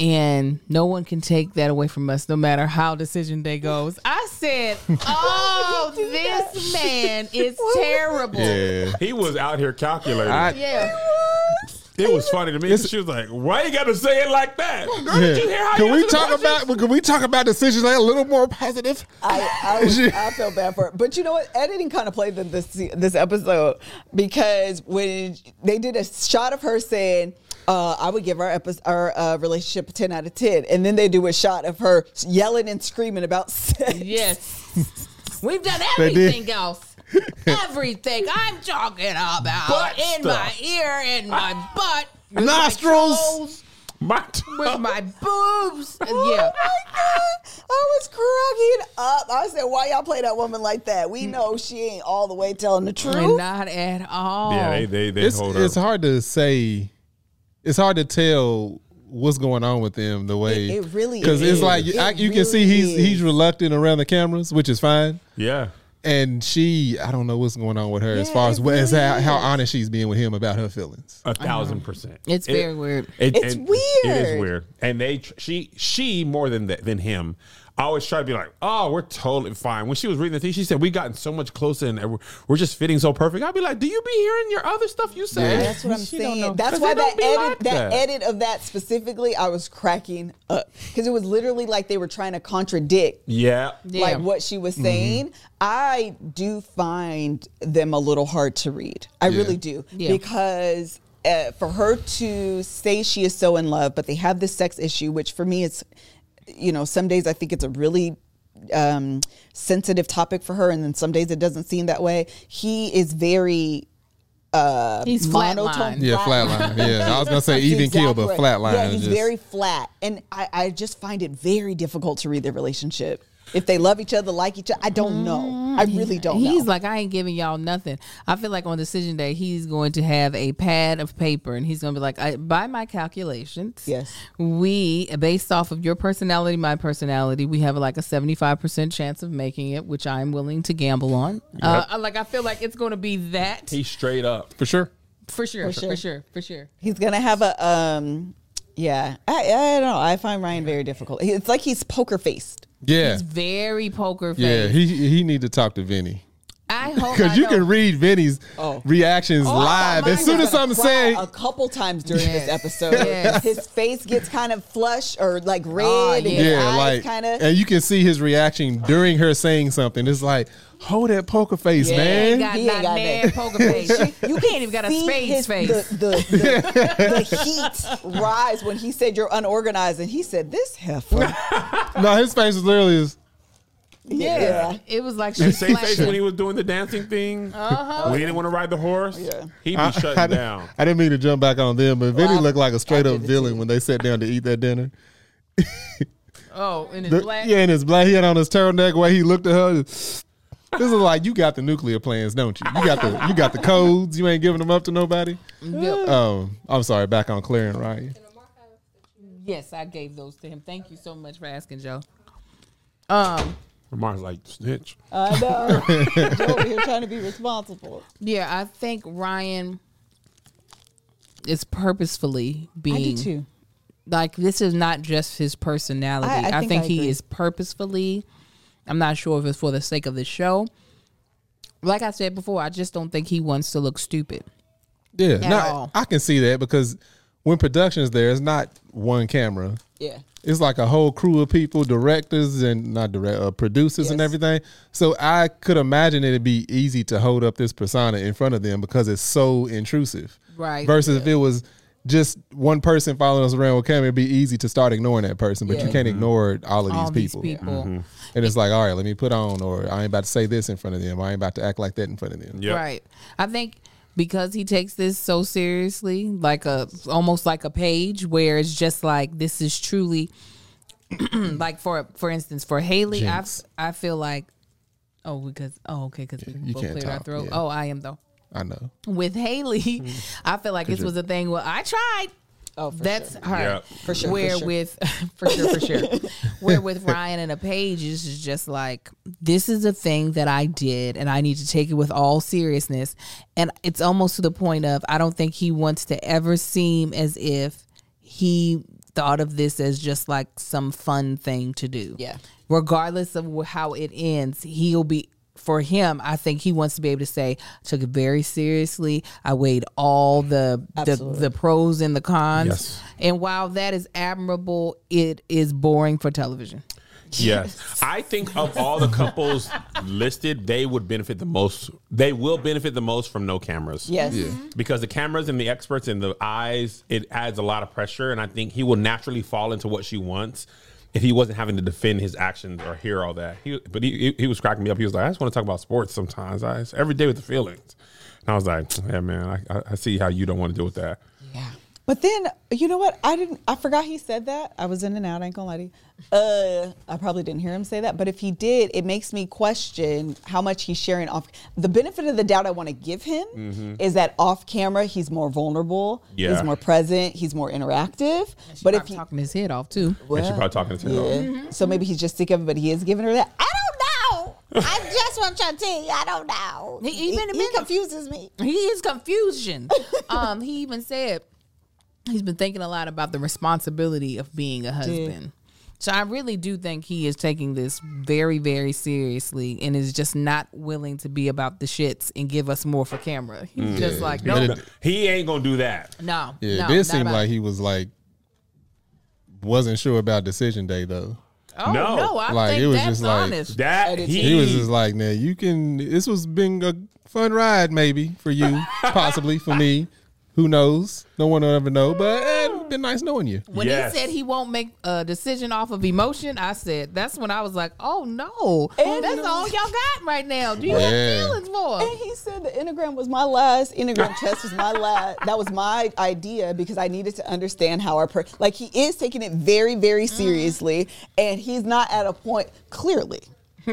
S3: And no one can take that away from us, no matter how decision day goes. I said, Oh, this man is terrible.
S4: Yeah.
S2: He was out here calculating.
S4: I,
S3: Yeah.
S2: it was funny to me. 'cause She was like, "Why you gotta say it like that?" Girl, did you hear how
S4: Can
S2: you
S4: we
S2: answered the
S4: talk
S2: question?
S4: about can we talk about decisions that are a little more positive?
S1: I I, was, I felt bad for it, but you know what? Editing kind of played them this this episode because when they did a shot of her saying, uh, "I would give our episode, our uh, relationship a ten out of 10. and then they do a shot of her yelling and screaming about sex.
S3: Yes. We've done
S4: They did.
S3: everything else. Everything I'm talking about
S2: Butt
S3: in
S2: stuff.
S3: my ear, in my butt, with my
S4: Nostrils.
S3: toes,
S2: My
S4: Oh.
S3: with my boobs. Yeah.
S1: Oh I was cracking up. I said, "Why y'all play that woman like that? We know she ain't all the way telling the
S3: And
S1: truth."
S3: Not at all.
S2: yeah, they they, they
S4: It's,
S2: hold
S4: it's
S2: her.
S4: hard to say. It's hard to tell what's going on with them the way
S1: It- it really
S4: because
S1: is.
S4: it's like you-
S1: It
S4: I, you can see
S1: really
S4: he's
S1: is.
S4: he's reluctant around the cameras, which is fine.
S2: Yeah,
S4: And she, I don't know what's going on with her as
S1: Yeah,
S4: far as
S1: it
S4: what as
S1: really
S4: how, how
S1: is.
S4: honest she's being with him about her feelings.
S2: a thousand percent.
S3: It's very weird.
S2: it-
S1: It's
S2: and It is
S1: weird.
S2: weird. And they tr- she she more than that than him. I always try to be like, oh, we're totally fine. When she was reading the thing, she said, "We gotten so much closer, and we're- we're just fitting so perfect." I'd be like, "Do you be hearing your other stuff you say?"
S1: That's what I'm
S2: She don't know.
S1: saying. That's
S2: 'Cause
S1: why
S2: it don't
S1: that
S2: be
S1: edit,
S2: like
S1: that. edit of that specifically, I was cracking up because it was literally like they were trying to contradict
S2: Yeah,
S1: like what she was saying. I do find them a little hard to read. I really do
S3: Yeah.
S1: because. Uh, for her to say she is so in love, but they have this sex issue, which for me it's, you know, some days I think it's a really um, sensitive topic for her, and then some days it doesn't seem that way. He is very
S3: He's
S1: monotone.
S3: flatline.
S4: Yeah,
S1: Flatline.
S4: flatline. Yeah, I was gonna say
S1: That's
S4: even kill,
S1: exactly
S4: but
S1: right.
S4: flatline.
S1: Yeah,
S4: is
S1: he's
S4: just-
S1: very flat, and I, I just find it very difficult to read their relationship. If they love each other, like each other, I don't know. I really don't.
S3: Mm. He's
S1: know.
S3: like, I ain't giving y'all nothing. I feel like on decision day, he's going to have a pad of paper and he's going to be like, I, by my calculations,
S1: Yes.
S3: we, based off of your personality, my personality, we have like a 75% chance of making it, which I'm willing to gamble on. Uh, like, I feel like it's going to be that
S2: he straight up.
S4: for sure.
S3: for sure,
S1: For sure.
S3: for sure, for sure.
S1: he's gonna have a um, yeah. I I don't know. I find Ryan very difficult. He- It's like he's poker faced.
S4: Yeah,
S3: It's very poker face.
S4: yeah. He he need to talk to Vinny.
S3: I hope I
S4: Because you
S3: know.
S4: can read Vinny's
S1: Oh.
S4: reactions
S1: Oh, I thought
S4: live.
S1: mine
S4: As soon
S1: was
S4: as
S1: gonna
S4: something
S1: cry
S4: said,
S1: a couple times during
S3: Yes.
S1: this episode,
S3: Yes. Ah,
S1: his face gets kind of flush or like red, and
S3: yeah.
S1: his
S4: yeah,
S1: eyes
S4: like,
S1: kind of.
S4: and you can see his reaction during her saying something. It's like, hold that poker face,
S3: Yeah,
S4: man.
S3: ain't got
S1: He ain't
S3: not
S1: got
S3: mad
S1: that.
S3: poker face. you can't even got a
S1: see
S3: space
S1: his-
S3: face.
S1: The, the, the, the heat rise when he said you're unorganized, and he said this heifer.
S4: no, his face is literally is,
S3: Yeah.
S1: Yeah.
S3: It was like
S2: The
S3: she
S2: same face
S3: flashed
S2: when he was doing the dancing thing. Uh-huh. When he didn't want to ride the horse,
S1: Yeah.
S2: he'd be
S4: I,
S2: shutting
S4: I-
S2: down.
S4: I didn't mean to jump back on them, but Vinny
S1: Well, I-
S4: looked like a straight
S1: I
S4: up
S1: did it
S4: villain
S1: too.
S4: when they sat down to eat that dinner.
S3: Oh, in his
S4: The-
S3: black.
S4: yeah, and his black, he had on his turtleneck where he looked at her. This is like you got the nuclear plans, don't you? You got the you got the codes. You ain't giving them up to nobody.
S3: Yep.
S4: Um, I'm sorry. Back on Claire and Ryan.
S3: Yes, I gave those to him. Thank you so much for asking, Joe. Um,
S2: Lamar's like snitch.
S1: I know. Joe over here trying to be responsible.
S3: yeah, I think Ryan is purposefully being like this is not just his personality.
S1: I- I
S3: I,
S1: think
S3: think,
S1: I
S3: he
S1: agree.
S3: is purposefully. I'm not sure if it's for the sake of the show. Like I said before, I just don't think he wants to look stupid.
S4: Yeah, no,
S3: all.
S4: I can see that because when production is there, it's not one camera.
S1: Yeah.
S4: It's like a whole crew of people, directors and not direct uh, producers and
S1: Yes.
S4: everything. So I could imagine it'd be easy to hold up this persona in front of them because it's so intrusive.
S3: Right.
S4: Versus if it was just one person following us around with camera, it'd be easy to start ignoring that person, but you
S3: Yeah.
S4: can't ignore all of
S3: All
S4: these people. Mm-hmm.
S3: these people,
S4: And it's like, all right, let me put on, or I ain't about to say this in front of them. I ain't about to act like that in front of them.
S2: Yep.
S3: right? I think because he takes this so seriously, like a almost like a page where it's just like this is truly like for for instance for Haley, I
S4: Jinx.
S3: I feel like oh because oh okay because we
S4: you
S3: both
S4: can't
S3: cleared our
S4: talk,
S3: throat.
S4: yeah. Mm.
S3: Oh, I am though
S4: I know.
S3: with Haley, I feel like this was a thing where I tried.
S1: Oh, for
S3: That's
S1: sure.
S3: her.
S2: Yeah.
S1: For sure, for
S3: Where
S1: sure.
S3: with for sure, for sure. Where with Ryan and a page is is just like this is a thing that I did and I need to take it with all seriousness. And it's almost to the point of I don't think he wants to ever seem as if he thought of this as just like some fun thing to do.
S1: Yeah.
S3: Regardless of wh- how it ends, he'll be for him, I think he wants to be able to say, took it very seriously. I weighed all the the,
S1: Absolutely.
S3: the pros and the cons.
S2: Yes.
S3: And while that is admirable, it is boring for television.
S2: Yes. I think of all the couples listed, they would benefit the most. They will benefit the most from no cameras.
S1: Yes. Mm-hmm.
S2: Because the cameras and the experts and the eyes, it adds a lot of pressure. And I think he will naturally fall into what she wants if he wasn't having to defend his actions or hear all that. He, but he, he, he was cracking me up. He was like, I just want to talk about sports sometimes. I, it's every day with the feelings. And I was like, yeah, man, I, I- I see how you don't want to deal with that.
S3: Yeah.
S1: But then you know what? I didn't. I forgot he said that. I was in and out. I ain't gonna lie to you. Uh, I probably didn't hear him say that. But if he did, it makes me question how much he's sharing off. The benefit of the doubt I want to give him is that off camera he's more vulnerable.
S2: Mm-hmm. Yeah.
S1: He's more present. He's more interactive. But if he,
S3: talking his head off too.
S2: And she's probably Mm-hmm. talking to
S1: yeah.
S2: him.
S1: So maybe he's just sick of it, but he is giving her that. I don't know. I just want your tea. I don't know.
S3: He- he been-
S1: he
S3: been-
S1: confuses me.
S3: He is confusion. um, he even said he's been thinking a lot about the responsibility of being a husband. So I really do think he is taking this very, very seriously and is just not willing to be about the shits and give us more for camera. He's just like, no,
S4: But
S3: no,
S4: it-
S2: He ain't going to do that.
S3: no.
S4: Yeah,
S3: no,
S4: it did
S3: not
S4: seem
S3: about-
S4: like he was like wasn't sure about decision day though.
S3: oh,
S2: No.
S3: no, I
S4: Like,
S3: think
S4: it was
S3: that's
S4: just like-
S3: honest.
S2: That
S1: did
S2: he,
S4: He was just like, "Now you can. This was been a fun ride, maybe for you, possibly for me. Who knows? No one will ever know. But eh, it's been nice knowing you.
S3: When
S2: Yes.
S3: he said he won't make a decision off of emotion, I said that's when I was like, "Oh no,
S1: And-
S3: that's all y'all got right now." Do you
S4: Yeah.
S3: have feelings for?
S1: And he said the Enneagram was my last Enneagram test was my last. That was my idea because I needed to understand how our per- like he is taking it very
S2: Mm.
S1: very seriously, and he's not at a point clearly.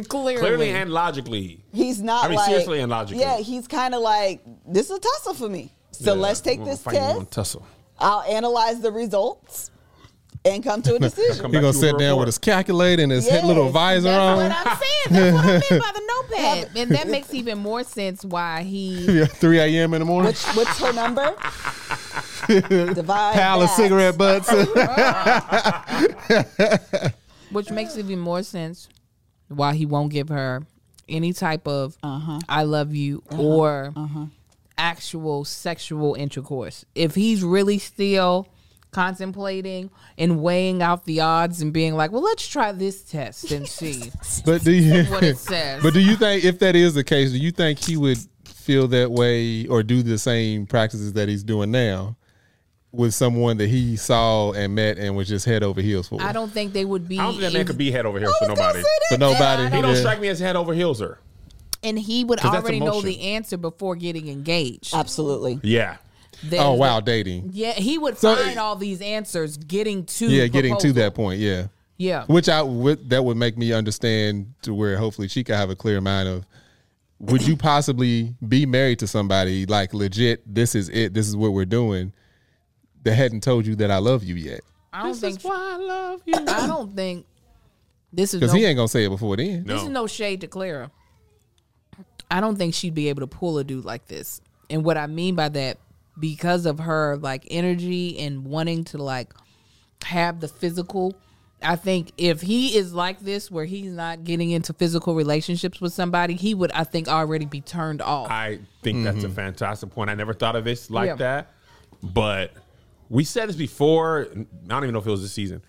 S3: Clearly,
S2: clearly and logically.
S1: He's not
S2: I mean,
S1: like
S2: seriously and logically.
S1: Yeah, he's kind of like this is a tussle for me. So
S2: Yeah.
S1: let's take
S2: We're gonna
S1: this
S2: fight, we're gonna
S1: test.
S2: Tussle.
S1: I'll analyze the results and come to a decision.
S2: Come
S4: He
S2: back
S4: gonna
S2: to a
S4: sit down
S2: report.
S4: with his calculator and his head- little
S1: Yes,
S4: visor
S3: that's what
S4: on.
S3: I'm saying. That's what I mean by the notepad, and that makes even more sense why he.
S4: Yeah, 3 a.m. in the morning.
S1: Which, what's her number? Divide.
S4: Pile of
S1: that.
S4: cigarette butts.
S3: Which makes even more sense why he won't give her any type of
S1: Uh-huh.
S3: "I love you" or actual sexual intercourse. If he's really still contemplating and weighing out the odds and being like, "Well, let's try this test and see
S4: but do you?
S3: what it says."
S4: But do you think if that is the case, do you think he would feel that way or do the same practices that he's doing now with someone that he saw and met and was just head over heels for?
S3: I don't think they would be.
S2: I don't think that man could be head over heels
S1: I
S2: for
S1: was Oh, gonna
S2: nobody.
S1: say that.
S4: For nobody.
S3: Yeah, I
S2: He don't
S4: Yeah.
S2: strike me as head over heels her.
S3: and he would
S2: 'Cause that's
S3: already know
S2: emotion.
S3: the answer before getting engaged.
S1: Absolutely.
S2: Yeah.
S3: There's
S4: Oh wow,
S3: the-
S4: dating.
S3: yeah, he would
S4: So-
S2: eh,
S3: find all these answers getting to
S4: Yeah, getting to
S3: proposal.
S4: that point. Yeah.
S3: Yeah,
S4: Which I would that would make me understand to where hopefully she could have a clear mind of would you possibly be married to somebody like legit, this is it, this is what we're doing, that hadn't told you that I love you yet?
S3: I don't think.
S2: why I love you.
S3: I don't think this is
S4: Because
S3: no,
S4: he ain't gonna say it before then.
S3: this is no shade to Clara. I don't think she'd be able to pull a dude like this. And what I mean by that, because of her like energy and wanting to like have the physical. I think if he is like this, where he's not getting into physical relationships with somebody, he would, I think, already be turned off.
S2: I think that's a fantastic point. I never thought of this like
S3: Yeah.
S2: that. But we said this before. I don't even know if it was this season.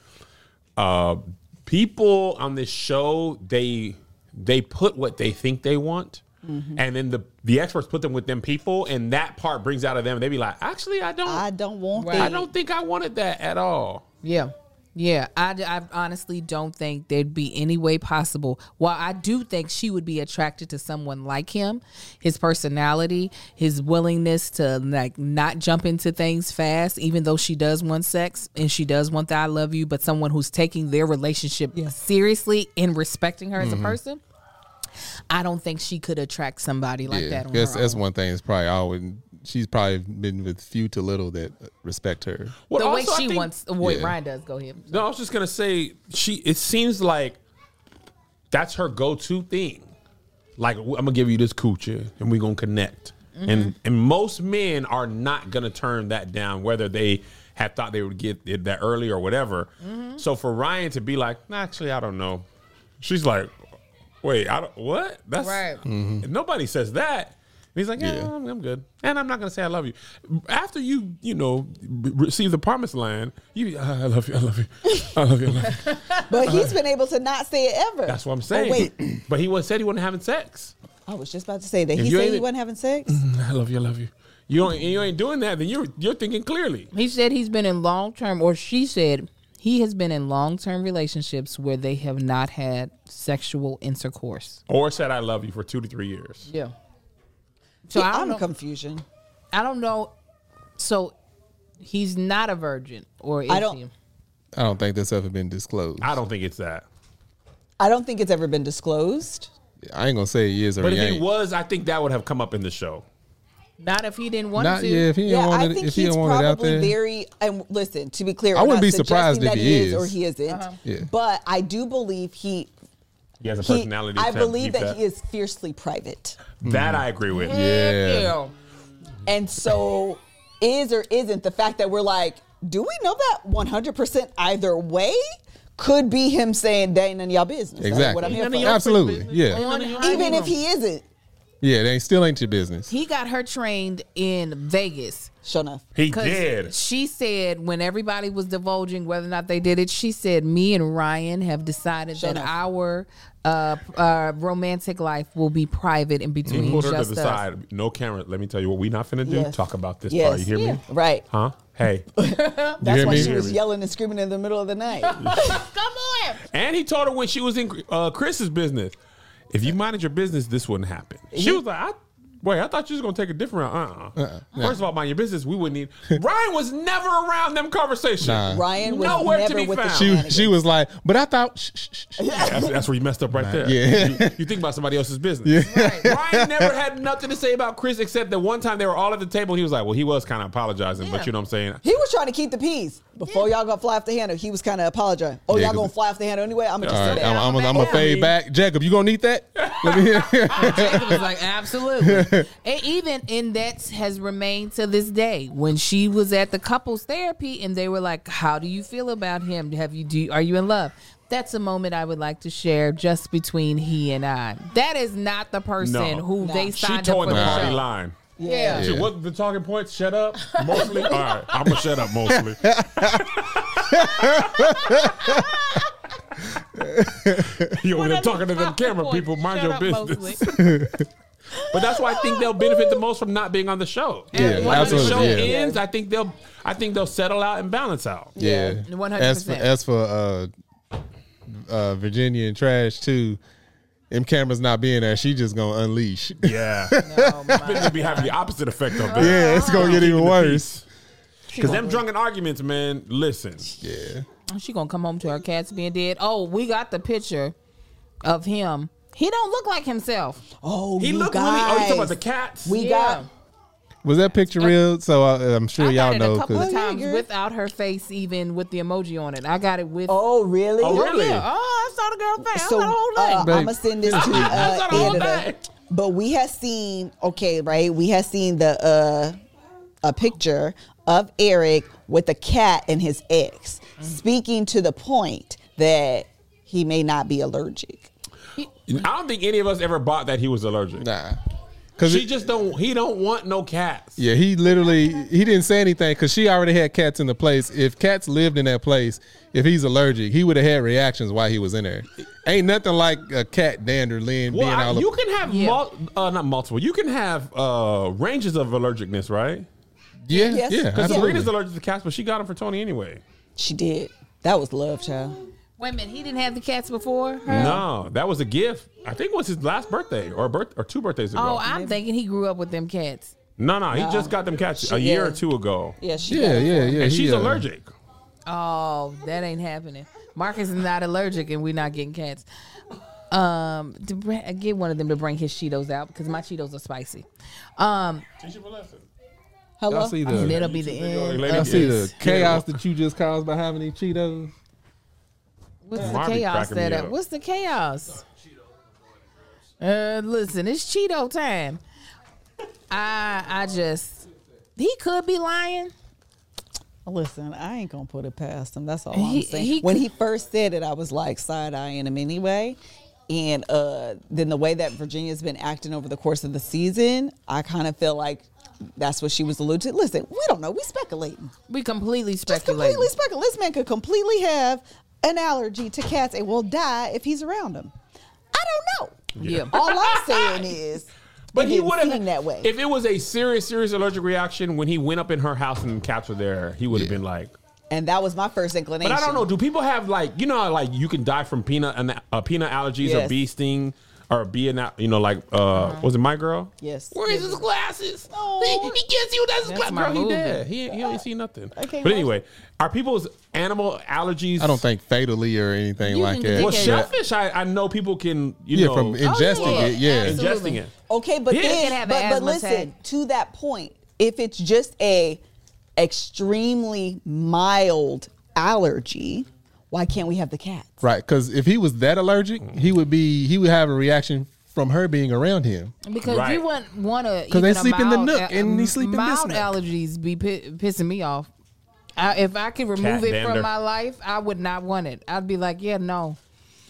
S2: Uh, people on this show, they they put what they think they want.
S1: Mm-hmm.
S2: And then the the experts put them with them people, and that part brings out of them. They be like, actually, I don't,
S1: I don't want
S3: Right.
S1: that.
S2: I don't think I wanted that at all.
S3: Yeah. Yeah, I, d- I honestly don't think there'd be any way possible. While I do think she would be attracted to someone like him, his personality, his willingness to like not jump into things fast, even though she does want sex and she does want the I love you, but someone who's taking their relationship seriously and respecting her as
S2: Mm-hmm.
S3: a person. I don't think she could attract somebody like
S4: Yeah,
S3: that. On
S4: that's
S3: her
S4: that's
S3: own.
S4: one thing that's probably always she's probably been with few to little that respect her.
S2: Well,
S3: the way
S2: also, I
S3: she
S2: think-
S3: wants, what
S4: Yeah.
S3: Ryan does. Go ahead.
S2: No, I was just gonna say she. It seems like that's her go-to thing. Like I'm gonna give you this coochie, and we're gonna connect.
S3: Mm-hmm.
S2: And and most men are not gonna turn that down, whether they had thought they would get it that early or whatever.
S3: Mm-hmm.
S2: So for Ryan to be like, "Nah, actually, I don't know. She's like, wait, I don't what? That's
S3: Right.
S2: Nobody says that. And he's like, yeah,
S4: Yeah.
S2: I'm, I'm good, and I'm not gonna say I love you. After you, you know, re- receive the promised land, you, "Ah, I love you, I love you, I love you. I love you.
S1: But
S4: Uh-huh.
S1: he's been able to not say it ever.
S2: That's what I'm
S1: Oh,
S2: saying.
S1: wait,
S2: but he was said he wasn't having sex.
S1: I was just about to say that
S2: If
S1: he
S2: you
S1: said
S2: ain't-
S1: he wasn't having sex.
S4: Mm-hmm.
S2: I love you, I love you. You don't, you ain't doing that. Then you're you're thinking clearly.
S3: He said he's been in long term, or she said he has been in long term relationships where they have not had sexual intercourse.
S2: Or said I love you for two to three years.
S3: Yeah. So I don't
S1: I'm
S3: know.
S1: confusion.
S3: I don't know. So he's not a virgin, or is
S1: I don't-
S3: he?
S4: I don't think that's ever been disclosed. I,
S2: I don't think it's that.
S1: I don't think it's ever been disclosed.
S4: ain't gonna say he is or
S2: But
S4: he
S2: if he
S4: ain't.
S2: was, I think that would have come up in the show.
S3: Not if he didn't want
S4: Not
S3: to.
S4: yeah, if he
S1: Yeah,
S4: didn't want
S1: I
S4: it,
S1: think
S4: if he
S1: he's
S4: didn't want it out
S1: probably
S4: there.
S1: very. And listen, to be clear,
S4: I
S1: we're
S4: wouldn't
S1: not
S4: be
S1: suggesting
S4: surprised if
S1: that
S4: he is.
S1: or he isn't.
S3: Uh-huh.
S4: Yeah.
S1: But I do believe he.
S2: He has a
S1: he
S2: personality.
S1: I
S2: type,
S1: believe
S2: deep
S1: that,
S2: cut.
S1: he is fiercely private,
S2: That I agree with.
S4: yeah.
S3: Yeah.
S1: and so is or isn't the fact that we're like, do we know that one hundred percent either way? Could be him saying that ain't none of y'all business. That ain't
S4: Exactly.
S1: What I'm here
S2: None of
S1: for.
S2: y'all
S4: Absolutely. Yeah.
S3: On
S1: Even
S3: honeymoon.
S1: if he isn't,
S4: Yeah, they still ain't your business.
S3: he got her trained in Vegas.
S1: sure enough.
S2: He
S3: 'Cause
S2: did.
S3: She said when everybody was divulging whether or not they did it, she said, "Me and Ryan have decided
S1: Shut
S3: that
S1: up.
S3: our uh, uh, romantic life will be private in between
S2: He pulled her to
S3: just
S2: the
S3: us."
S2: side. No camera. Let me tell you what we not finna do.
S1: Yes.
S2: Talk about this
S1: Yes.
S2: part. You hear me?
S1: Right.
S2: Huh? Hey.
S1: That's
S4: hear
S1: why
S4: me?
S1: she was
S2: Hear me.
S1: yelling and screaming in the middle of the night.
S3: Come on.
S2: and he told her when she was in uh, Chris's business, if you minded your business, this wouldn't happen. She was like, I, wait, I thought you was gonna take a different route. Uh-uh. First of all, mind your business. We wouldn't need. Ryan was never around them conversations.
S4: Nah.
S1: Ryan was
S2: Nowhere to
S1: never
S2: be
S1: with
S2: found.
S1: the
S4: She
S1: shenanigans.
S4: she was like, but I thought shh, shh, shh, shh.
S2: That's, that's where you messed up right there.
S4: Yeah.
S2: You, you think about somebody else's business. Ryan never had nothing to say about Chris except that one time they were all at the table. And he was like, well, he was kind of apologizing,
S3: Yeah.
S2: but you know what I'm saying?
S1: He was trying to keep the peace before y'all gonna fly off the handle. He was kind of apologizing. Oh,
S4: Yeah,
S1: y'all
S4: 'cause-
S1: gonna fly off the handle anyway? I'm gonna
S4: All
S1: just
S4: right,
S1: say
S4: I'm,
S1: that.
S4: I'm, I'm
S3: Yeah.
S4: gonna fade back. Jacob, you gonna need that? Let me
S3: Jacob was like, absolutely. and even and that has remained to this day. When she was at the couples therapy and they were like, How do you feel about him? Have you do you- are you in love? That's a moment I would like to share just between he and I. That is not the person
S2: No.
S3: who
S1: No.
S3: they
S1: She
S2: She
S3: signed up
S2: towing
S3: for
S2: the
S3: the
S2: party
S3: show.
S2: line.
S3: Yeah.
S2: Shit, what the talking points? Shut up, mostly. All right, I'm gonna shut up mostly. you over there talking to them camera people. Mind your business. But that's why I think they'll benefit the most from not being on the show.
S4: Yeah,
S2: Once
S4: absolutely,
S2: the show
S4: yeah.
S2: ends, I think they'll, I think they'll settle out and balance out.
S4: Yeah,
S3: Yeah, 100%.
S4: As for as for uh, uh, Virginia and Trash too, M Cameron's not being there. She just gonna unleash.
S2: Yeah, it'll be having the opposite effect of that.
S4: Yeah, it's gonna get even worse.
S2: Because them drunken arguments, man. Listen,
S4: Yeah,
S3: Oh, She gonna come home to her cats being dead. Oh, we got the picture of him. He don't look like himself.
S1: Oh,
S2: he
S1: you
S2: looked really.
S1: guys.
S2: Oh, you talking about the cats?
S1: We
S3: Yeah.
S1: got
S4: was that picture real? So I, I'm sure
S3: I got
S4: y'all
S3: it
S4: know
S3: a couple
S4: because
S3: of
S1: Oh, yeah,
S3: times
S1: girl.
S3: without her face, even with the emoji on it. I got it with.
S1: Oh, really?
S2: Oh, really?
S3: yeah. Oh, I saw the girl face.
S1: So
S3: I saw the whole
S1: uh,
S3: thing.
S4: Babe.
S1: I'm gonna send this to
S2: That's
S1: uh,
S2: not a whole
S1: editor.
S2: thing.
S1: But we have seen okay, right? We have seen the uh, a picture of Eric with a cat and his ex,
S4: Mm-hmm.
S1: speaking to the point that he may not be allergic.
S2: I don't think any of us ever bought that he was allergic.
S4: nah, because
S2: She just don't. He don't want no cats.
S4: yeah, he literally he didn't say anything because she already had cats in the place. If cats lived in that place, if he's allergic, he would have had reactions while he was in there. Ain't nothing like a cat dander Lynn
S2: Well,
S4: being
S2: I-
S4: all
S2: you
S4: up.
S2: can have
S3: Yeah.
S2: mul- uh, not multiple. You can have uh, ranges of allergicness, right?
S4: yeah,
S1: Yes.
S4: yeah,
S1: Because
S2: Because Serena's
S4: absolutely.
S2: allergic to cats, but she got them for Tony anyway.
S1: She did. That was love, child.
S3: Wait a minute, he didn't have the cats before. Her?
S2: No, that was a gift. I think it was his last birthday or birth or two birthdays ago.
S3: Oh, I'm thinking he grew up with them cats.
S2: no, no, he just got them cats a
S1: She-
S2: year
S1: yeah.
S2: or two ago,
S1: Yeah, she.
S4: Yeah, yeah, yeah.
S2: and
S4: he,
S2: she's
S4: uh,
S2: allergic.
S3: Oh, that ain't happening. Marcus is not allergic, and we're not getting cats. Um, to br- get one of them to bring his Cheetos out because my Cheetos are spicy. Um,
S2: Teach him a lesson.
S6: Hello.
S4: Y'all see
S3: And
S4: the
S3: it'll be the end.
S2: Lady
S4: y'all
S3: of
S4: see
S3: this.
S4: the chaos that you just caused by having these Cheetos?
S3: What's the
S2: Mom be
S3: chaos
S2: cracking me
S3: that
S2: up.
S3: What's the chaos? Uh, listen, it's Cheeto time. I I just he could be lying.
S1: Listen, I ain't gonna put it past him. That's all
S3: He-
S1: I'm saying.
S3: he
S1: when
S3: could-
S1: he first said it, I was like side eyeing him anyway. And uh, then the way that Virginia's been acting over the course of the season, I kind of feel like that's what she was alluding to. Listen, we don't know. We speculating.
S3: We completely
S1: Just
S3: speculate.
S1: completely speculating. This man could completely have an allergy to cats and will die if he's around them. I don't know.
S3: yeah.
S1: All I'm saying is,
S2: But
S1: it
S2: he
S1: didn't
S2: would have
S1: seem that way.
S2: If it was a serious, serious allergic reaction when he went up in her house and cats were there, he would have been like.
S1: and that was my first inclination.
S2: But I don't know. Do people have like you know how, like you can die from peanut and uh, peanut allergies or
S1: Yes.
S2: bee sting or bee and you know like uh
S3: Uh-huh.
S2: was it my girl?
S1: Yes.
S2: Where is his glasses?
S1: Oh.
S2: He, he can't see without his
S3: That's
S2: glasses.
S3: my
S2: Girl, he
S3: movie.
S2: dead. He, he don't see nothing.
S1: can't
S2: But
S1: watch
S2: anyway, are people's animal allergies?
S4: I don't think fatally or anything
S3: You
S4: like
S3: can
S4: that.
S2: Well,
S3: think it- Oh,
S2: shellfish, I, I know people can you
S4: yeah,
S2: know Oh,
S4: from ingesting
S3: yeah.
S4: it. Yeah,
S3: Absolutely.
S2: ingesting it.
S1: Okay, but
S2: Yeah. You
S1: then,
S2: can
S3: have an
S1: but, but
S3: asthma
S1: listen
S3: attack.
S1: to that point. If it's just a extremely mild allergy, why can't we have the cats?
S4: right. Because if he was that allergic, he would be he would have a reaction from her being around him.
S3: Because
S2: Right.
S3: you wouldn't want to.
S4: 'Cause they sleep in the nook and he sleep in this
S3: Mild
S4: nook.
S3: allergies be pi- pissing me off. I, if I could remove
S2: Cat
S3: it
S2: dander.
S3: from my life, I would not want it. I'd be like, yeah, no.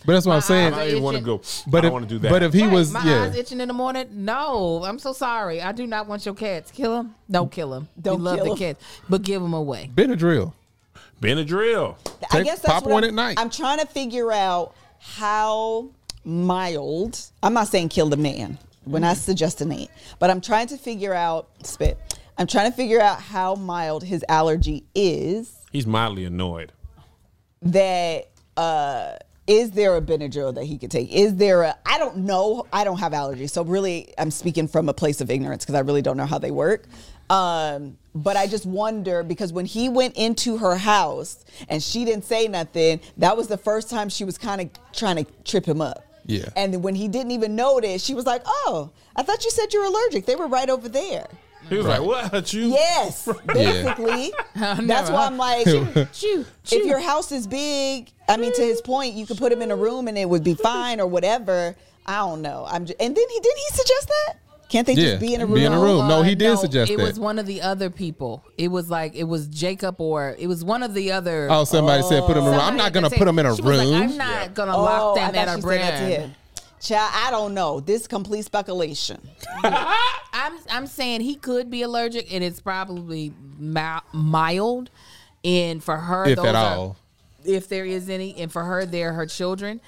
S4: But that's what I'm
S2: I
S4: saying.
S2: don't even want to go.
S4: But
S2: I don't
S4: if,
S2: want to do that.
S4: But if he
S3: Right,
S4: was,
S3: my
S4: yeah,
S3: eyes itching in the morning. No, I'm so sorry. I do not want your cats. Kill them. Don't kill them.
S1: Don't
S3: we love
S1: kill
S3: the
S1: 'em.
S3: cats, but give them away.
S4: Benadryl.
S2: Benadryl.
S1: I
S4: Take-
S1: guess that's
S4: pop
S1: what
S4: one
S1: I'm,
S4: at night.
S1: I'm trying to figure out how mild. I'm not saying kill the man when
S4: Mm-hmm.
S1: I suggest an eight, but I'm trying to figure out spit. I'm trying to figure out how mild his allergy is.
S2: He's mildly annoyed.
S1: that uh is there a Benadryl that he could take? Is there a I don't know. I don't have allergies. So really I'm speaking from a place of ignorance because I really don't know how they work. Um but I just wonder because when he went into her house and she didn't say nothing, that was the first time she was kind of trying to trip him up.
S4: Yeah.
S1: And then when he didn't even notice, she was like, "Oh, I thought you said you were allergic. They were right over there."
S2: He was like, "What you?"
S1: Yes, basically. That's why I'm like,
S3: Chew, chew.
S1: if your house is big, I mean, to his point, you could put him in a room and it would be fine or whatever. I don't know. I'm just, and then he didn't he suggest that? Can't they
S4: Yeah,
S1: just be in a room?
S4: be in a room. No,
S3: Uh,
S4: he did suggest
S3: it
S4: that.
S3: was one of the other people. It was like it was Jacob or it was one of the other.
S4: Oh, somebody said put him in. a room. I'm
S3: somebody
S4: not
S3: at
S4: gonna
S3: the
S4: put him in
S3: table.
S4: a
S3: She was like,
S4: room.
S3: I'm not gonna
S1: Oh,
S3: lock
S1: I
S3: them
S1: thought
S3: at a
S1: she said that to
S3: brand.
S1: him. Child, I don't know. This complete speculation.
S3: I'm I'm saying he could be allergic, and it's probably mi- mild. And for her,
S4: if
S3: those
S4: at
S3: are-
S4: all.
S3: if there is any, and for her, they're her children.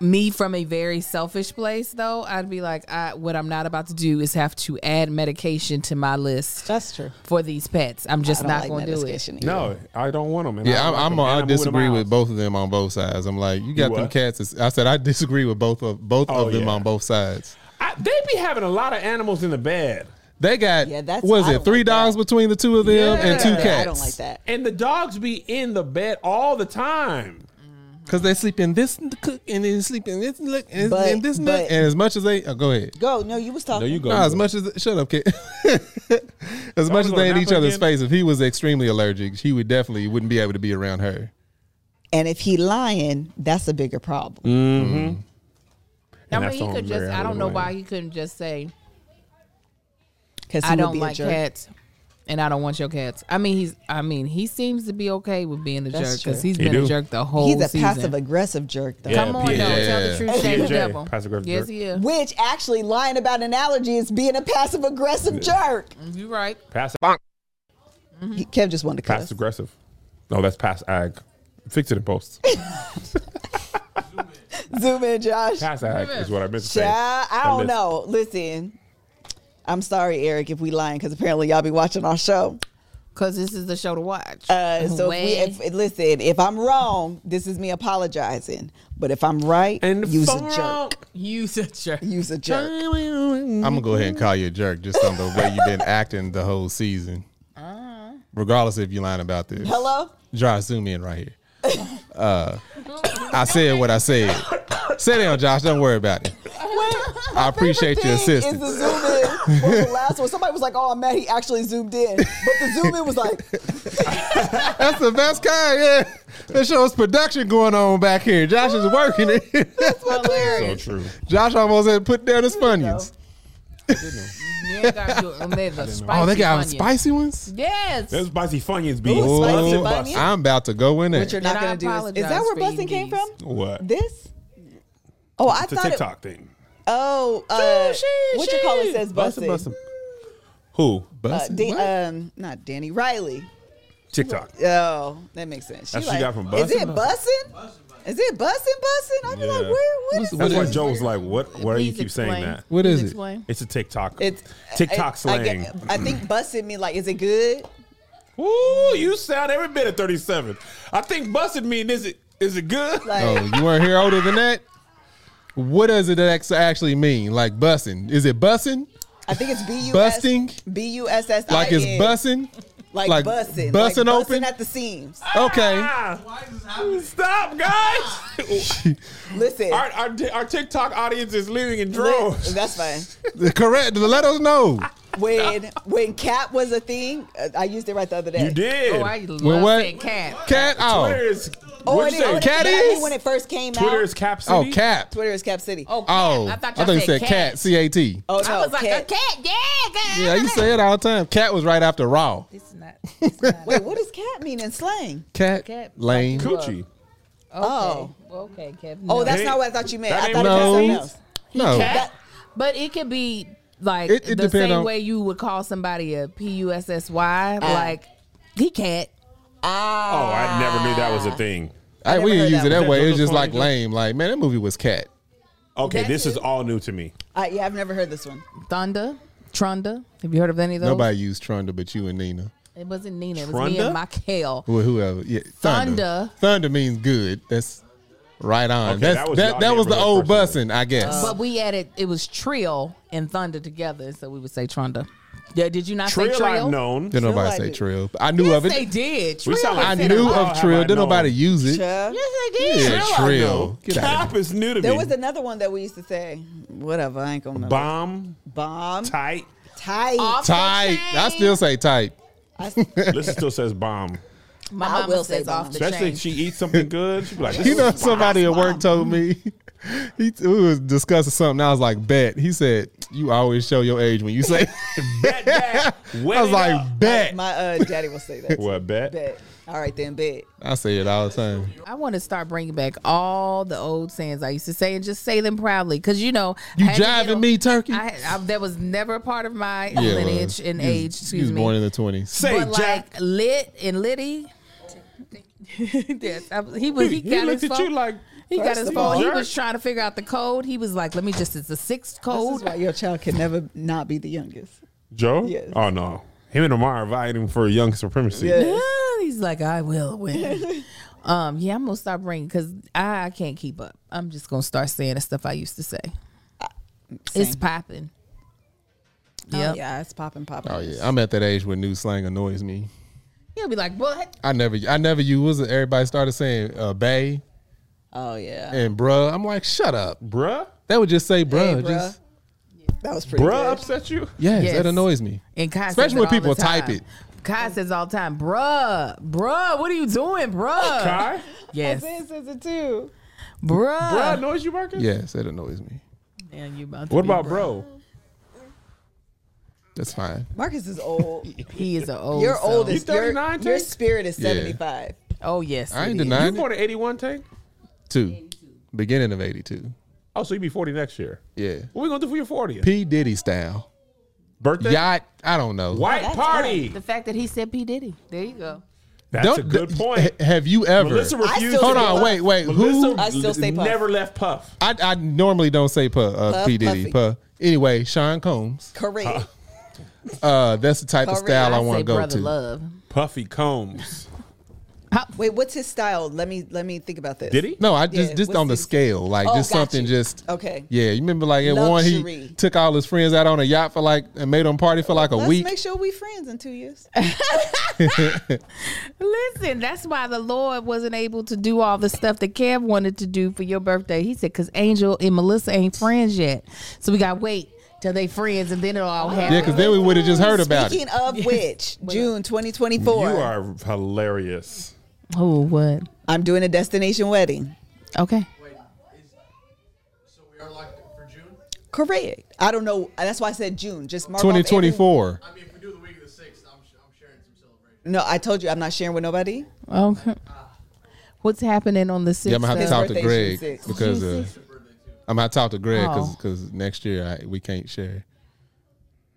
S3: Me from a very selfish place, though, I'd be like, I, what I'm not about to do is have to add medication to my list
S1: That's true.
S3: for these pets. I'm just
S1: I don't
S3: not
S1: like
S3: going
S1: that
S3: to do it.
S1: discussion either.
S2: No, I don't want him. and
S4: Yeah,
S2: don't like
S4: I'm,
S2: him,
S4: I'm,
S2: and
S4: I
S2: moving him
S4: disagree
S2: out.
S4: with both of them on both sides. I'm like, you got them
S2: what?
S4: cats. It's- I said I disagree with both of both
S2: Oh,
S4: of them
S2: yeah.
S4: on both sides.
S2: I, they be having a lot of animals in the bed,
S4: They got
S1: Yeah,
S4: yeah,
S1: that's-
S4: that's, was
S1: I
S4: it
S1: don't
S4: three
S1: like that.
S4: dogs between the two of them and two
S2: Yeah,
S4: cats?
S1: I don't like that.
S2: and the dogs be in the bed all the time.
S4: because they sleep in this n- cook and then sleep in this look and,
S1: But-
S4: and this nook.
S1: but-
S4: And as much as they oh, go ahead,
S1: Go. No, you was talking.
S2: you go.
S4: no, as much as shut up, kid. as much
S2: was
S4: as they
S2: on
S4: in each
S2: Apple
S4: other's
S2: again?
S4: face, if he was extremely allergic, he would definitely wouldn't be able to be around her.
S1: And if he lying, that's a bigger problem.
S3: I
S2: And
S3: mean,
S2: that's
S3: he
S2: on
S3: could
S2: Mary
S3: just. I
S2: Ellen
S3: don't know
S2: Wayne.
S3: why he couldn't just say,
S1: Because
S3: "I don't like cats, and I don't want your cats." I mean, he's. I mean, he seems to be okay with being a
S1: That's
S3: jerk because
S1: true.
S3: he's
S2: He
S3: been a
S2: do.
S3: jerk the whole.
S1: He's a
S3: season.
S1: passive aggressive jerk though.
S2: Yeah,
S3: Come on, though,
S4: yeah.
S3: tell the truth, shame the
S2: PJ,
S3: devil.
S2: passive aggressive
S3: yes,
S2: jerk.
S3: he is.
S1: Which actually lying about an allergy is being a passive aggressive jerk.
S3: You right.
S2: Passive,
S1: He- Kev just wanted to cuss.
S2: passive aggressive. No, that's pass ag. Fix it in post.
S1: Zoom in, Josh.
S2: Pass ag is what I meant to say.
S1: Child, I
S2: Now, listen.
S1: don't know. Listen, I'm sorry, Eric, if we lying because apparently y'all be watching our show.
S3: Cause this is the show to watch.
S1: Uh, so if we, if, listen, if I'm wrong, this is me apologizing. But if I'm right,
S2: And
S1: use a
S2: phone
S1: jerk.
S3: you such a jerk.
S1: Use a jerk.
S4: I'm gonna go ahead and call you a jerk just on the way you've been acting the whole season. Regardless if you're lying about this.
S1: Ah. Hello?
S4: Josh, zoom in right here. Uh, I said what I said. Sit down, Josh. Don't worry about it.
S1: Wait,
S4: I appreciate
S1: thing
S4: your
S1: is
S4: assistance.
S1: the zoom in. what was the last one? Somebody was like, "Oh, I'm mad he actually zoomed in," but the zoom in was like,
S4: That's the best kind, yeah. That shows production going on back here. Josh is working it.
S2: So true.
S4: Josh almost had put down his Funyuns.
S3: You ain't gotta do it. And they're the
S4: Oh, they
S3: spicy
S4: got
S3: onion.
S4: spicy ones?
S3: Yes.
S2: There's spicy Funyuns, B.
S1: Ooh, spicy Funyuns?
S2: Bustin' bust.
S4: I'm about to go in there.
S1: "What you're
S3: And
S1: not
S3: I
S1: gonna do is, is that
S3: apologize
S1: where
S3: for
S1: busting
S3: eating
S1: came
S3: these.
S1: from?
S2: What?
S1: This? Oh, I
S2: It's a
S1: thought it.
S2: TikTok thing.
S1: Oh, uh, what you call it says
S2: Bustin',
S1: busted.
S2: bustin'. Who?
S1: Uh,
S4: Bussin'?
S1: Dan-
S4: What?
S1: um, not Danny Riley.
S2: TikTok.
S1: Oh, that makes sense.
S2: That's what you got from
S1: Is it
S2: Bussin'?
S1: bussing? Is it bussing? Bussing? I'd be like,
S2: Yeah.
S1: where? What is
S4: What's-
S2: That's
S4: what
S2: why
S4: is-
S2: Joe was like, "What? Why do you
S3: Please
S2: keep saying
S3: explain.
S2: that?"
S4: What
S3: Please
S4: is it?
S3: explain.
S2: It's a TikTok.
S1: It's
S2: TikTok
S1: I, I
S2: slang.
S1: get- I, think bussing mean like, is it good?
S2: Ooh, you sound every bit of 37. I think busted mean is it is it good?
S1: Like,
S4: Oh, you weren't here older than that? What does it act- actually mean? Like bussing? Is it bussing?
S1: I think it's B U S
S4: Busting?
S1: B U S S.
S4: Like it's
S1: I-N.
S4: bussing?
S1: Like,
S4: like
S1: bussing.
S4: bussin'
S1: like
S4: open?
S1: bussin' at the seams.
S4: Okay.
S2: Ah,
S7: Why is this happening?
S2: stop, guys!
S1: Listen,
S2: our, our our TikTok audience is leaving in
S1: li-
S2: droves.
S1: that's fine.
S4: Correct. Let us know.
S1: When when cap was a thing, uh, I used it right the other day.
S2: You did.
S3: Oh, I love
S4: Well, what?
S3: that cat.
S4: Cat
S2: Twitter
S4: out.
S2: is.
S1: Oh,
S2: what'd
S1: it
S2: you
S1: is- oh,
S2: say?
S1: it-
S4: Cat
S1: I knew
S4: is?
S1: when it first came
S2: Twitter
S1: out.
S2: is Cap City.
S4: Oh, cap.
S1: Twitter is Cap City.
S3: Oh, cat.
S4: Oh,
S3: I thought,
S4: I
S3: y'all
S4: thought you
S3: said
S4: said cat. C A T.
S1: Oh no,
S3: I was like,
S1: cat.
S3: a cat, yeah, cat.
S4: Yeah, you say it all the time. Cat was right after raw.
S3: It's not. It's not
S1: Wait, what does cat mean in slang?
S4: Cat,
S3: Cat.
S4: lame.
S2: Coochie.
S1: Oh.
S3: Okay. Okay, Kevin.
S1: Oh,
S3: No.
S1: that's
S2: Hey,
S1: not what I thought you meant.
S2: that
S1: I
S2: ain't
S1: thought
S2: what
S1: it was
S4: it
S1: something
S4: means.
S1: else.
S4: No,
S3: Cat. But it could be like
S4: It- it
S3: the
S4: depend
S3: same
S4: on- Ah.
S3: way you would call somebody a P U S S Y, like he cat.
S2: Oh, I never knew that was a thing.
S4: I,
S1: never
S4: we didn't
S1: heard
S4: use it
S1: that
S4: that
S2: one.
S4: way. It's just
S2: That's
S4: like
S2: what
S4: lame. Like man, that movie was cat.
S2: Okay,
S3: That
S2: this is
S3: is-
S2: all new to me.
S1: Uh, yeah, I've never heard this one.
S3: Thunder, Trunda. Have you heard of any of those?
S4: Nobody used Trunda but you and Nina
S3: It wasn't Nina. It was me
S2: Trunda?
S3: and Michael.
S4: or whoever. Yeah, thunder.
S3: Thunder.
S4: Thunder, means good. That's right on.
S2: Okay,
S4: That's,
S2: that was y'all
S4: that was that, was the
S2: neighborhood
S4: old
S2: person.
S4: bussing, I guess.
S3: But we added it was Trill and Thunder together, so we would say Trunda. Yeah, did you not
S2: Trill,
S3: say Trill?
S2: I've known.
S4: Did nobody
S1: like
S4: say
S1: it.
S4: trill? I knew
S3: Yes,
S4: of it.
S3: they did.
S2: We
S3: Trill
S2: sound like
S4: I
S3: said
S2: Trill.
S4: knew
S3: about-
S2: How
S4: of
S2: have I
S4: trill. Did nobody
S2: known?
S4: use it?
S1: Chubb.
S3: Yes, they
S4: Yeah,
S3: did.
S2: Trill, I
S4: trill.
S2: know.
S4: Get outta
S2: Cap is new to
S1: There
S2: me.
S1: was another one that we used to say. Whatever, I ain't gonna remember.
S2: Bomb
S1: Bomb.
S2: tight.
S1: Tight.
S3: Off the
S4: Tight. I
S3: chain.
S4: still say tight.
S2: Listen still says bomb.
S3: My
S1: I
S3: mama
S1: will say
S3: says off
S1: bomb.
S3: the
S2: Especially
S3: chain.
S2: if she eats something good. She be like, this
S4: You know,
S2: is
S4: somebody at work told me he we was discussing something. I was like, "Bet." He said, "You always show your age when you say."
S2: bet that.
S4: I
S2: Wet
S4: was
S2: it
S4: like,
S2: up.
S4: "Bet."
S1: My uh, daddy will say that.
S2: What bet?
S1: Bet. All right then, bet.
S4: I say it all the time.
S3: I want to start bringing back all the old sayings I used to say and just say them proudly because you know
S4: You
S3: I had to get
S4: jiving
S3: on-
S4: me, turkey?
S3: I, had- I, that was never a part of my
S4: Yeah, it
S3: lineage
S4: was.
S3: and
S4: He was-
S3: age.
S4: he was
S3: Excuse me.
S4: born in the twenties.
S2: Say
S3: but
S2: Jack.
S3: like lit and litty. yes, I, he was. He,
S2: He
S3: got
S2: looked
S3: his
S2: at
S3: phone.
S2: you like,
S3: he got
S1: "First
S3: his
S1: of
S3: phone.
S2: all,
S3: He
S2: jerk."
S3: was trying to figure out the code. He was like, "Let me just. It's the sixth
S1: This is
S3: code."
S1: why your child can never not be the youngest.
S2: Joe?
S1: Yes.
S2: Oh, no. Him and Amar are vying for young supremacy.
S1: Yeah.
S3: Yeah, he's like, I will win. um, yeah, I'm gonna stop bringing because I, I can't keep up. I'm just gonna start saying the stuff I used to say. It's popping.
S1: Yeah,
S3: Yep. Oh, yeah.
S1: Oh, yeah, it's popping, popping.
S4: Oh yeah, I'm at that age where new slang annoys me.
S3: He'll be like, "What?
S4: I never, I never use. Was it everybody started saying uh, "bay"
S1: Oh yeah,
S4: and "bruh"? I'm like, shut up.
S2: Bruh?
S4: That would just say "bruh."
S1: bruh.
S4: Just
S1: that was pretty.
S2: Bruh
S1: good.
S2: upset you?
S4: yes,
S3: Yes.
S4: that annoys me.
S3: And Kai says it
S4: Especially when
S3: all the
S4: people
S3: time.
S4: type it.
S3: Kai says all the time, "Bruh, bruh, what are you doing,
S4: Uh,
S3: bruh?
S2: Kai?
S3: yes,
S1: Sis says it too.
S3: bruh.
S4: uh,
S2: Bruh annoys you, Marcus?
S4: Yes, that annoys me.
S3: Man, you about to
S2: What
S3: be
S2: about
S3: bruh.
S2: bro?
S4: That's fine.
S1: Marcus is old.
S3: He is an old.
S1: Your
S3: soul.
S1: oldest.
S2: You
S1: your-
S2: 39,
S1: Your
S2: Tank?
S1: spirit is
S4: Yeah.
S1: seventy five.
S3: Oh yes,
S4: I
S3: it
S4: ain't
S3: is.
S2: You
S4: denying it.
S2: born in 81, Tank?
S4: Two, beginning of '82.
S2: Oh, so you be 40 next year.
S4: Yeah.
S2: What we going to do for your 40th?
S4: P Diddy style.
S2: Birthday?
S4: Yacht. I don't know.
S2: White party.
S3: The fact that he said P Diddy. There you go.
S2: That's
S4: Don't-
S2: a good
S4: th-
S2: point.
S4: ha- Have you ever?
S2: Melissa refused.
S1: still
S4: Hold
S1: say
S4: on.
S1: Puff.
S4: Wait. Wait.
S2: Melissa
S4: Who?
S1: I still say Puff.
S2: never left Puff.
S4: I, I normally don't say puh, uh,
S1: Puff,
S4: P Diddy.
S1: Puffy.
S4: Puh. Anyway, Sean Combs.
S1: Correct.
S4: Uh, that's the type of
S1: Correct.
S4: style I
S3: I
S4: want
S3: say
S4: to go
S3: brother
S4: to.
S3: love.
S2: Puffy Combs.
S1: Wait, what's his style? Let me let me think about this.
S2: Did he?
S4: No, I just
S1: Yeah,
S4: just
S1: what's
S4: on the
S1: his-
S4: scale, like
S1: Oh,
S4: just
S1: got
S4: something
S1: you.
S4: just
S1: Okay.
S4: Yeah, you remember like at one he
S1: Luxury.
S4: took all his friends out on a yacht for like and made them party for like a
S1: Let's
S4: week.
S1: make sure we friends in two years.
S3: Listen, that's why the Lord wasn't able to do all the stuff that Kev wanted to do for your birthday. He said, because Angel and Melissa ain't friends yet. So we got to wait to their friends, and then it'll all happen.
S4: Yeah, because then we would have just heard about it.
S1: Speaking of which, June 2024,
S2: You are hilarious.
S3: Oh, what?
S1: I'm doing a destination wedding.
S3: Okay.
S8: Wait, is, so we are locked for June?
S1: Correct. I don't know. That's why I said June. Just mark off every-
S4: 2024.
S8: I mean, if we do the week of the 6th, I'm, sh- I'm sharing some celebration.
S1: No, I told you I'm not sharing with nobody.
S3: Okay. What's happening on the sixth?
S4: Yeah, I'm gonna have to
S1: His
S4: talk to
S1: birthday,
S4: Greg
S1: June 6th.
S4: because
S3: June
S4: uh, I'm gonna talk to Greg because
S3: Oh.
S4: next year I, we can't share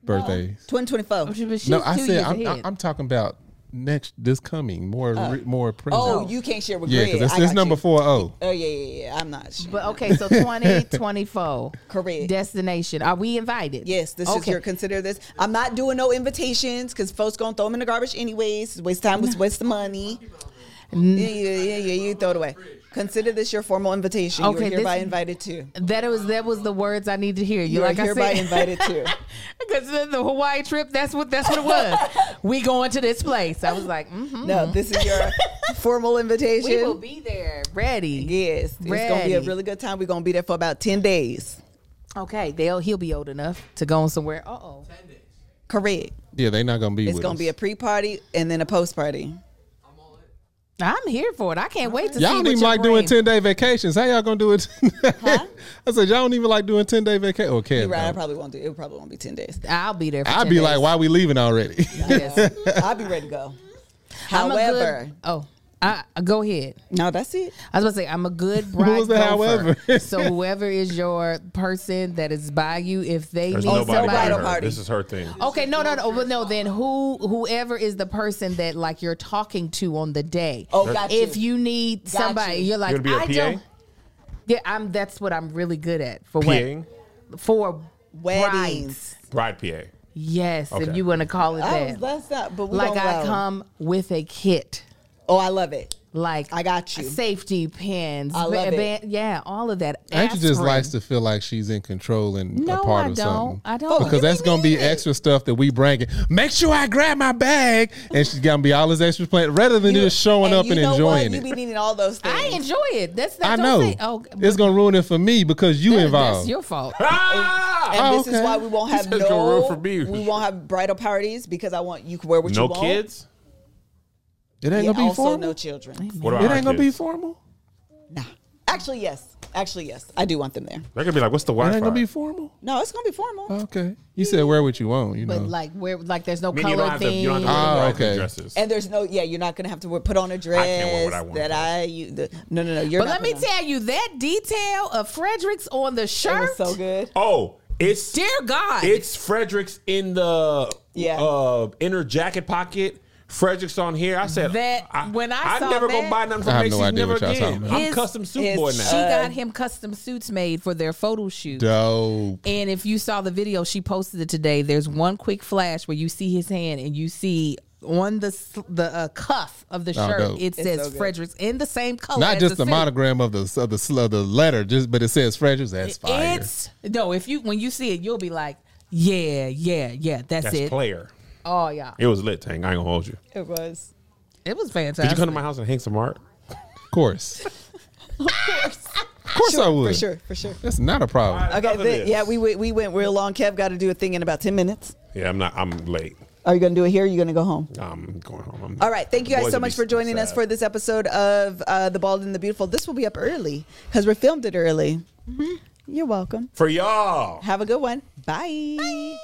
S4: birthdays.
S1: 2024.
S4: no, I said I'm, I'm- I'm talking about next this coming more re, more present.
S1: Oh, you can't share with
S4: yeah,
S1: Greg.
S4: because it's,
S1: I
S4: it's
S1: got
S4: number
S1: you.
S4: four zero.
S1: Oh yeah, yeah, yeah. I'm not sure.
S3: but okay, so 2024.
S1: Correct.
S3: Destination. Are we invited?
S1: Yes, this is
S3: Okay.
S1: your consider this. I'm not doing no invitations because folks gonna throw them in the garbage anyways. It's a waste of time, it's a waste of money. Yeah, yeah, yeah, yeah. You throw it away. Consider this your formal invitation.
S3: Okay,
S1: You're
S3: this-
S1: hereby invited to.
S3: That was that was the words I need to hear. You
S1: You're
S3: like I
S1: hereby
S3: said,
S1: invited to.
S3: because the, the Hawaii trip. That's what that's what it was. we going to this place. I was like, mm-hmm.
S1: No, this is your formal invitation.
S3: we will be there, ready.
S1: yes, it's gonna be a
S3: Ready.
S1: really good time. We're gonna be there for about ten days.
S3: Okay, they'll he'll be old enough to go on somewhere. Uh oh.
S8: 10 days.
S1: Correct.
S4: Yeah, they're not gonna be.
S1: It's
S4: with
S1: gonna
S4: us.
S1: be a pre-party and then a post-party.
S8: I'm all in.
S3: I'm here for it. I can't wait to see
S4: Y'all don't
S3: what
S4: even
S3: you
S4: like
S3: bring.
S4: doing ten day vacations. How y'all gonna do it? I said y'all don't even like doing ten day vacation. Okay,
S1: You're right. I
S4: no.
S1: probably won't do. It probably won't be ten days.
S3: I'll be there. For
S4: I'd
S3: 10
S4: be
S3: days.
S4: like, why we leaving already?
S1: I'll be ready to go.
S3: I'm a
S1: However,
S3: good- oh, I, go ahead.
S1: no, that's it.
S3: I was about to say I'm a good bride.
S4: was that,
S3: gopher.
S4: however?
S3: so whoever is your person that is by you, if they
S2: There's
S3: need
S2: nobody
S3: somebody.
S2: by
S1: bridal
S2: her.
S1: party.
S2: This is her thing.
S3: Okay, no, no, no, but no. Then who, whoever is the person that like you're talking to on the day?
S1: Oh, got
S3: if you need somebody,
S1: you.
S3: you. are like,
S2: You're gonna
S3: I
S2: be a
S3: don't. Yeah, I'm. That's what I'm really good at for
S2: PAing?
S3: what for
S1: Weddings.
S2: Bride
S3: brides.
S2: PA.
S3: Yes, if
S2: Okay.
S3: you want to call it
S1: I was,
S3: that.
S1: that's not, but we
S3: Like
S1: don't
S3: I
S1: allow-
S3: come with a kit.
S1: Oh, I love it.
S3: Like
S1: I got you.
S3: Safety pins.
S1: I love
S3: ba-
S1: it.
S3: ba- yeah, all of that.
S4: Angie just
S3: Aspirin.
S4: likes to feel like she's in control and
S3: No,
S4: a part
S3: I
S4: of
S3: don't.
S4: something.
S3: I
S1: Oh,
S3: don't.
S4: Because that's gonna be extra stuff that we bring. in. Make sure I grab my bag, and she's gonna be all this extra plan rather than just showing
S1: and
S4: up
S1: you
S4: and
S1: know what?
S4: enjoying
S1: You
S4: it.
S1: be needing all those things.
S3: I enjoy it. That's
S4: I
S3: that's what I'm
S4: know
S3: saying. Oh,
S4: it's gonna ruin it for me because you
S3: that-
S4: involved.
S3: That's your fault.
S2: Ah!
S1: and
S4: Oh,
S1: this is
S4: okay.
S1: why we won't have
S2: said it's gonna
S1: no
S2: ruin for me.
S1: we won't have bridal parties because I want you can wear what
S2: No
S1: you want.
S2: kids?
S4: it ain't
S1: And
S4: gonna be
S1: also
S4: formal.
S1: no children.
S2: What about
S4: it
S2: our
S4: ain't gonna be
S2: kids?
S4: formal.
S1: Nah. Actually, yes. Actually, yes. I do want them there.
S2: They're gonna be like, what's the
S4: It
S2: Wi-Fi?
S4: ain't gonna be formal.
S1: No, it's gonna be formal.
S4: Okay, you said wear what you want. You know,
S3: But like where like there's no
S2: I mean, you don't
S3: color
S2: have to, you don't
S3: thing.
S2: have to wear the
S4: Oh,
S2: right
S4: okay.
S2: dresses.
S1: and there's no yeah, you're not gonna have to wear, put on a dress
S2: can't wear what I want.
S1: that I you the, no no no you're
S3: But
S1: not
S3: let me
S1: putting
S3: tell you that detail of Frederick's on the
S1: on- it
S3: shirt.
S1: was so good.
S2: oh, it's
S3: Dear God.
S2: It's Fredericks in the
S1: Yeah.
S2: uh, inner jacket pocket. Fredericks on here. I said
S3: That-
S2: I,
S3: when I saw
S2: never gonna
S3: that-
S2: buy nothing from
S4: I have no
S2: Macy's
S4: idea
S2: never
S4: what y'all talking
S2: again.
S4: about.
S2: I'm
S3: His-
S2: custom suit
S1: his
S2: boy
S3: she
S2: now.
S3: got him custom suits made for their photo shoot.
S4: dope.
S3: And if you saw the video, she posted it today. There's one quick flash where you see his hand and you see on the s- the uh, cuff of the
S4: Oh,
S3: shirt
S4: dope.
S3: it
S1: It's
S3: says
S1: so good.
S3: Fredericks in the same color.
S4: Not
S3: as
S4: just the
S3: suit.
S4: monogram of the of the sl- of the letter, just but it says Fredericks. That's fire.
S3: It's no. If you when you see it, you'll be like, yeah, yeah, yeah. That's,
S2: That's
S3: it.
S2: player.
S3: Oh yeah,
S2: It was lit, Tank. I ain't gonna hold you.
S1: It was.
S3: it was
S2: Did
S3: fantastic.
S2: you come to my house and hang some art?
S4: Of course. of course I would.
S1: For sure, for sure.
S4: That's not a problem.
S2: All right,
S1: Okay,
S2: enough of
S1: th-
S2: this.
S1: yeah, we went- we went real long. Kev got to do a thing in about ten minutes.
S2: Yeah, I'm not. I'm late.
S1: Are you gonna do it here? Or are you gonna go home?
S2: I'm going home. I'm-
S1: All right. Thank you
S2: Boys
S1: guys so
S2: will be
S1: much for joining us
S2: sad.
S1: for this episode of uh, The Bald and the Beautiful. This will be up early because Mm-hmm. we filmed it early. You're welcome.
S2: for y'all.
S1: Have a good one. Bye.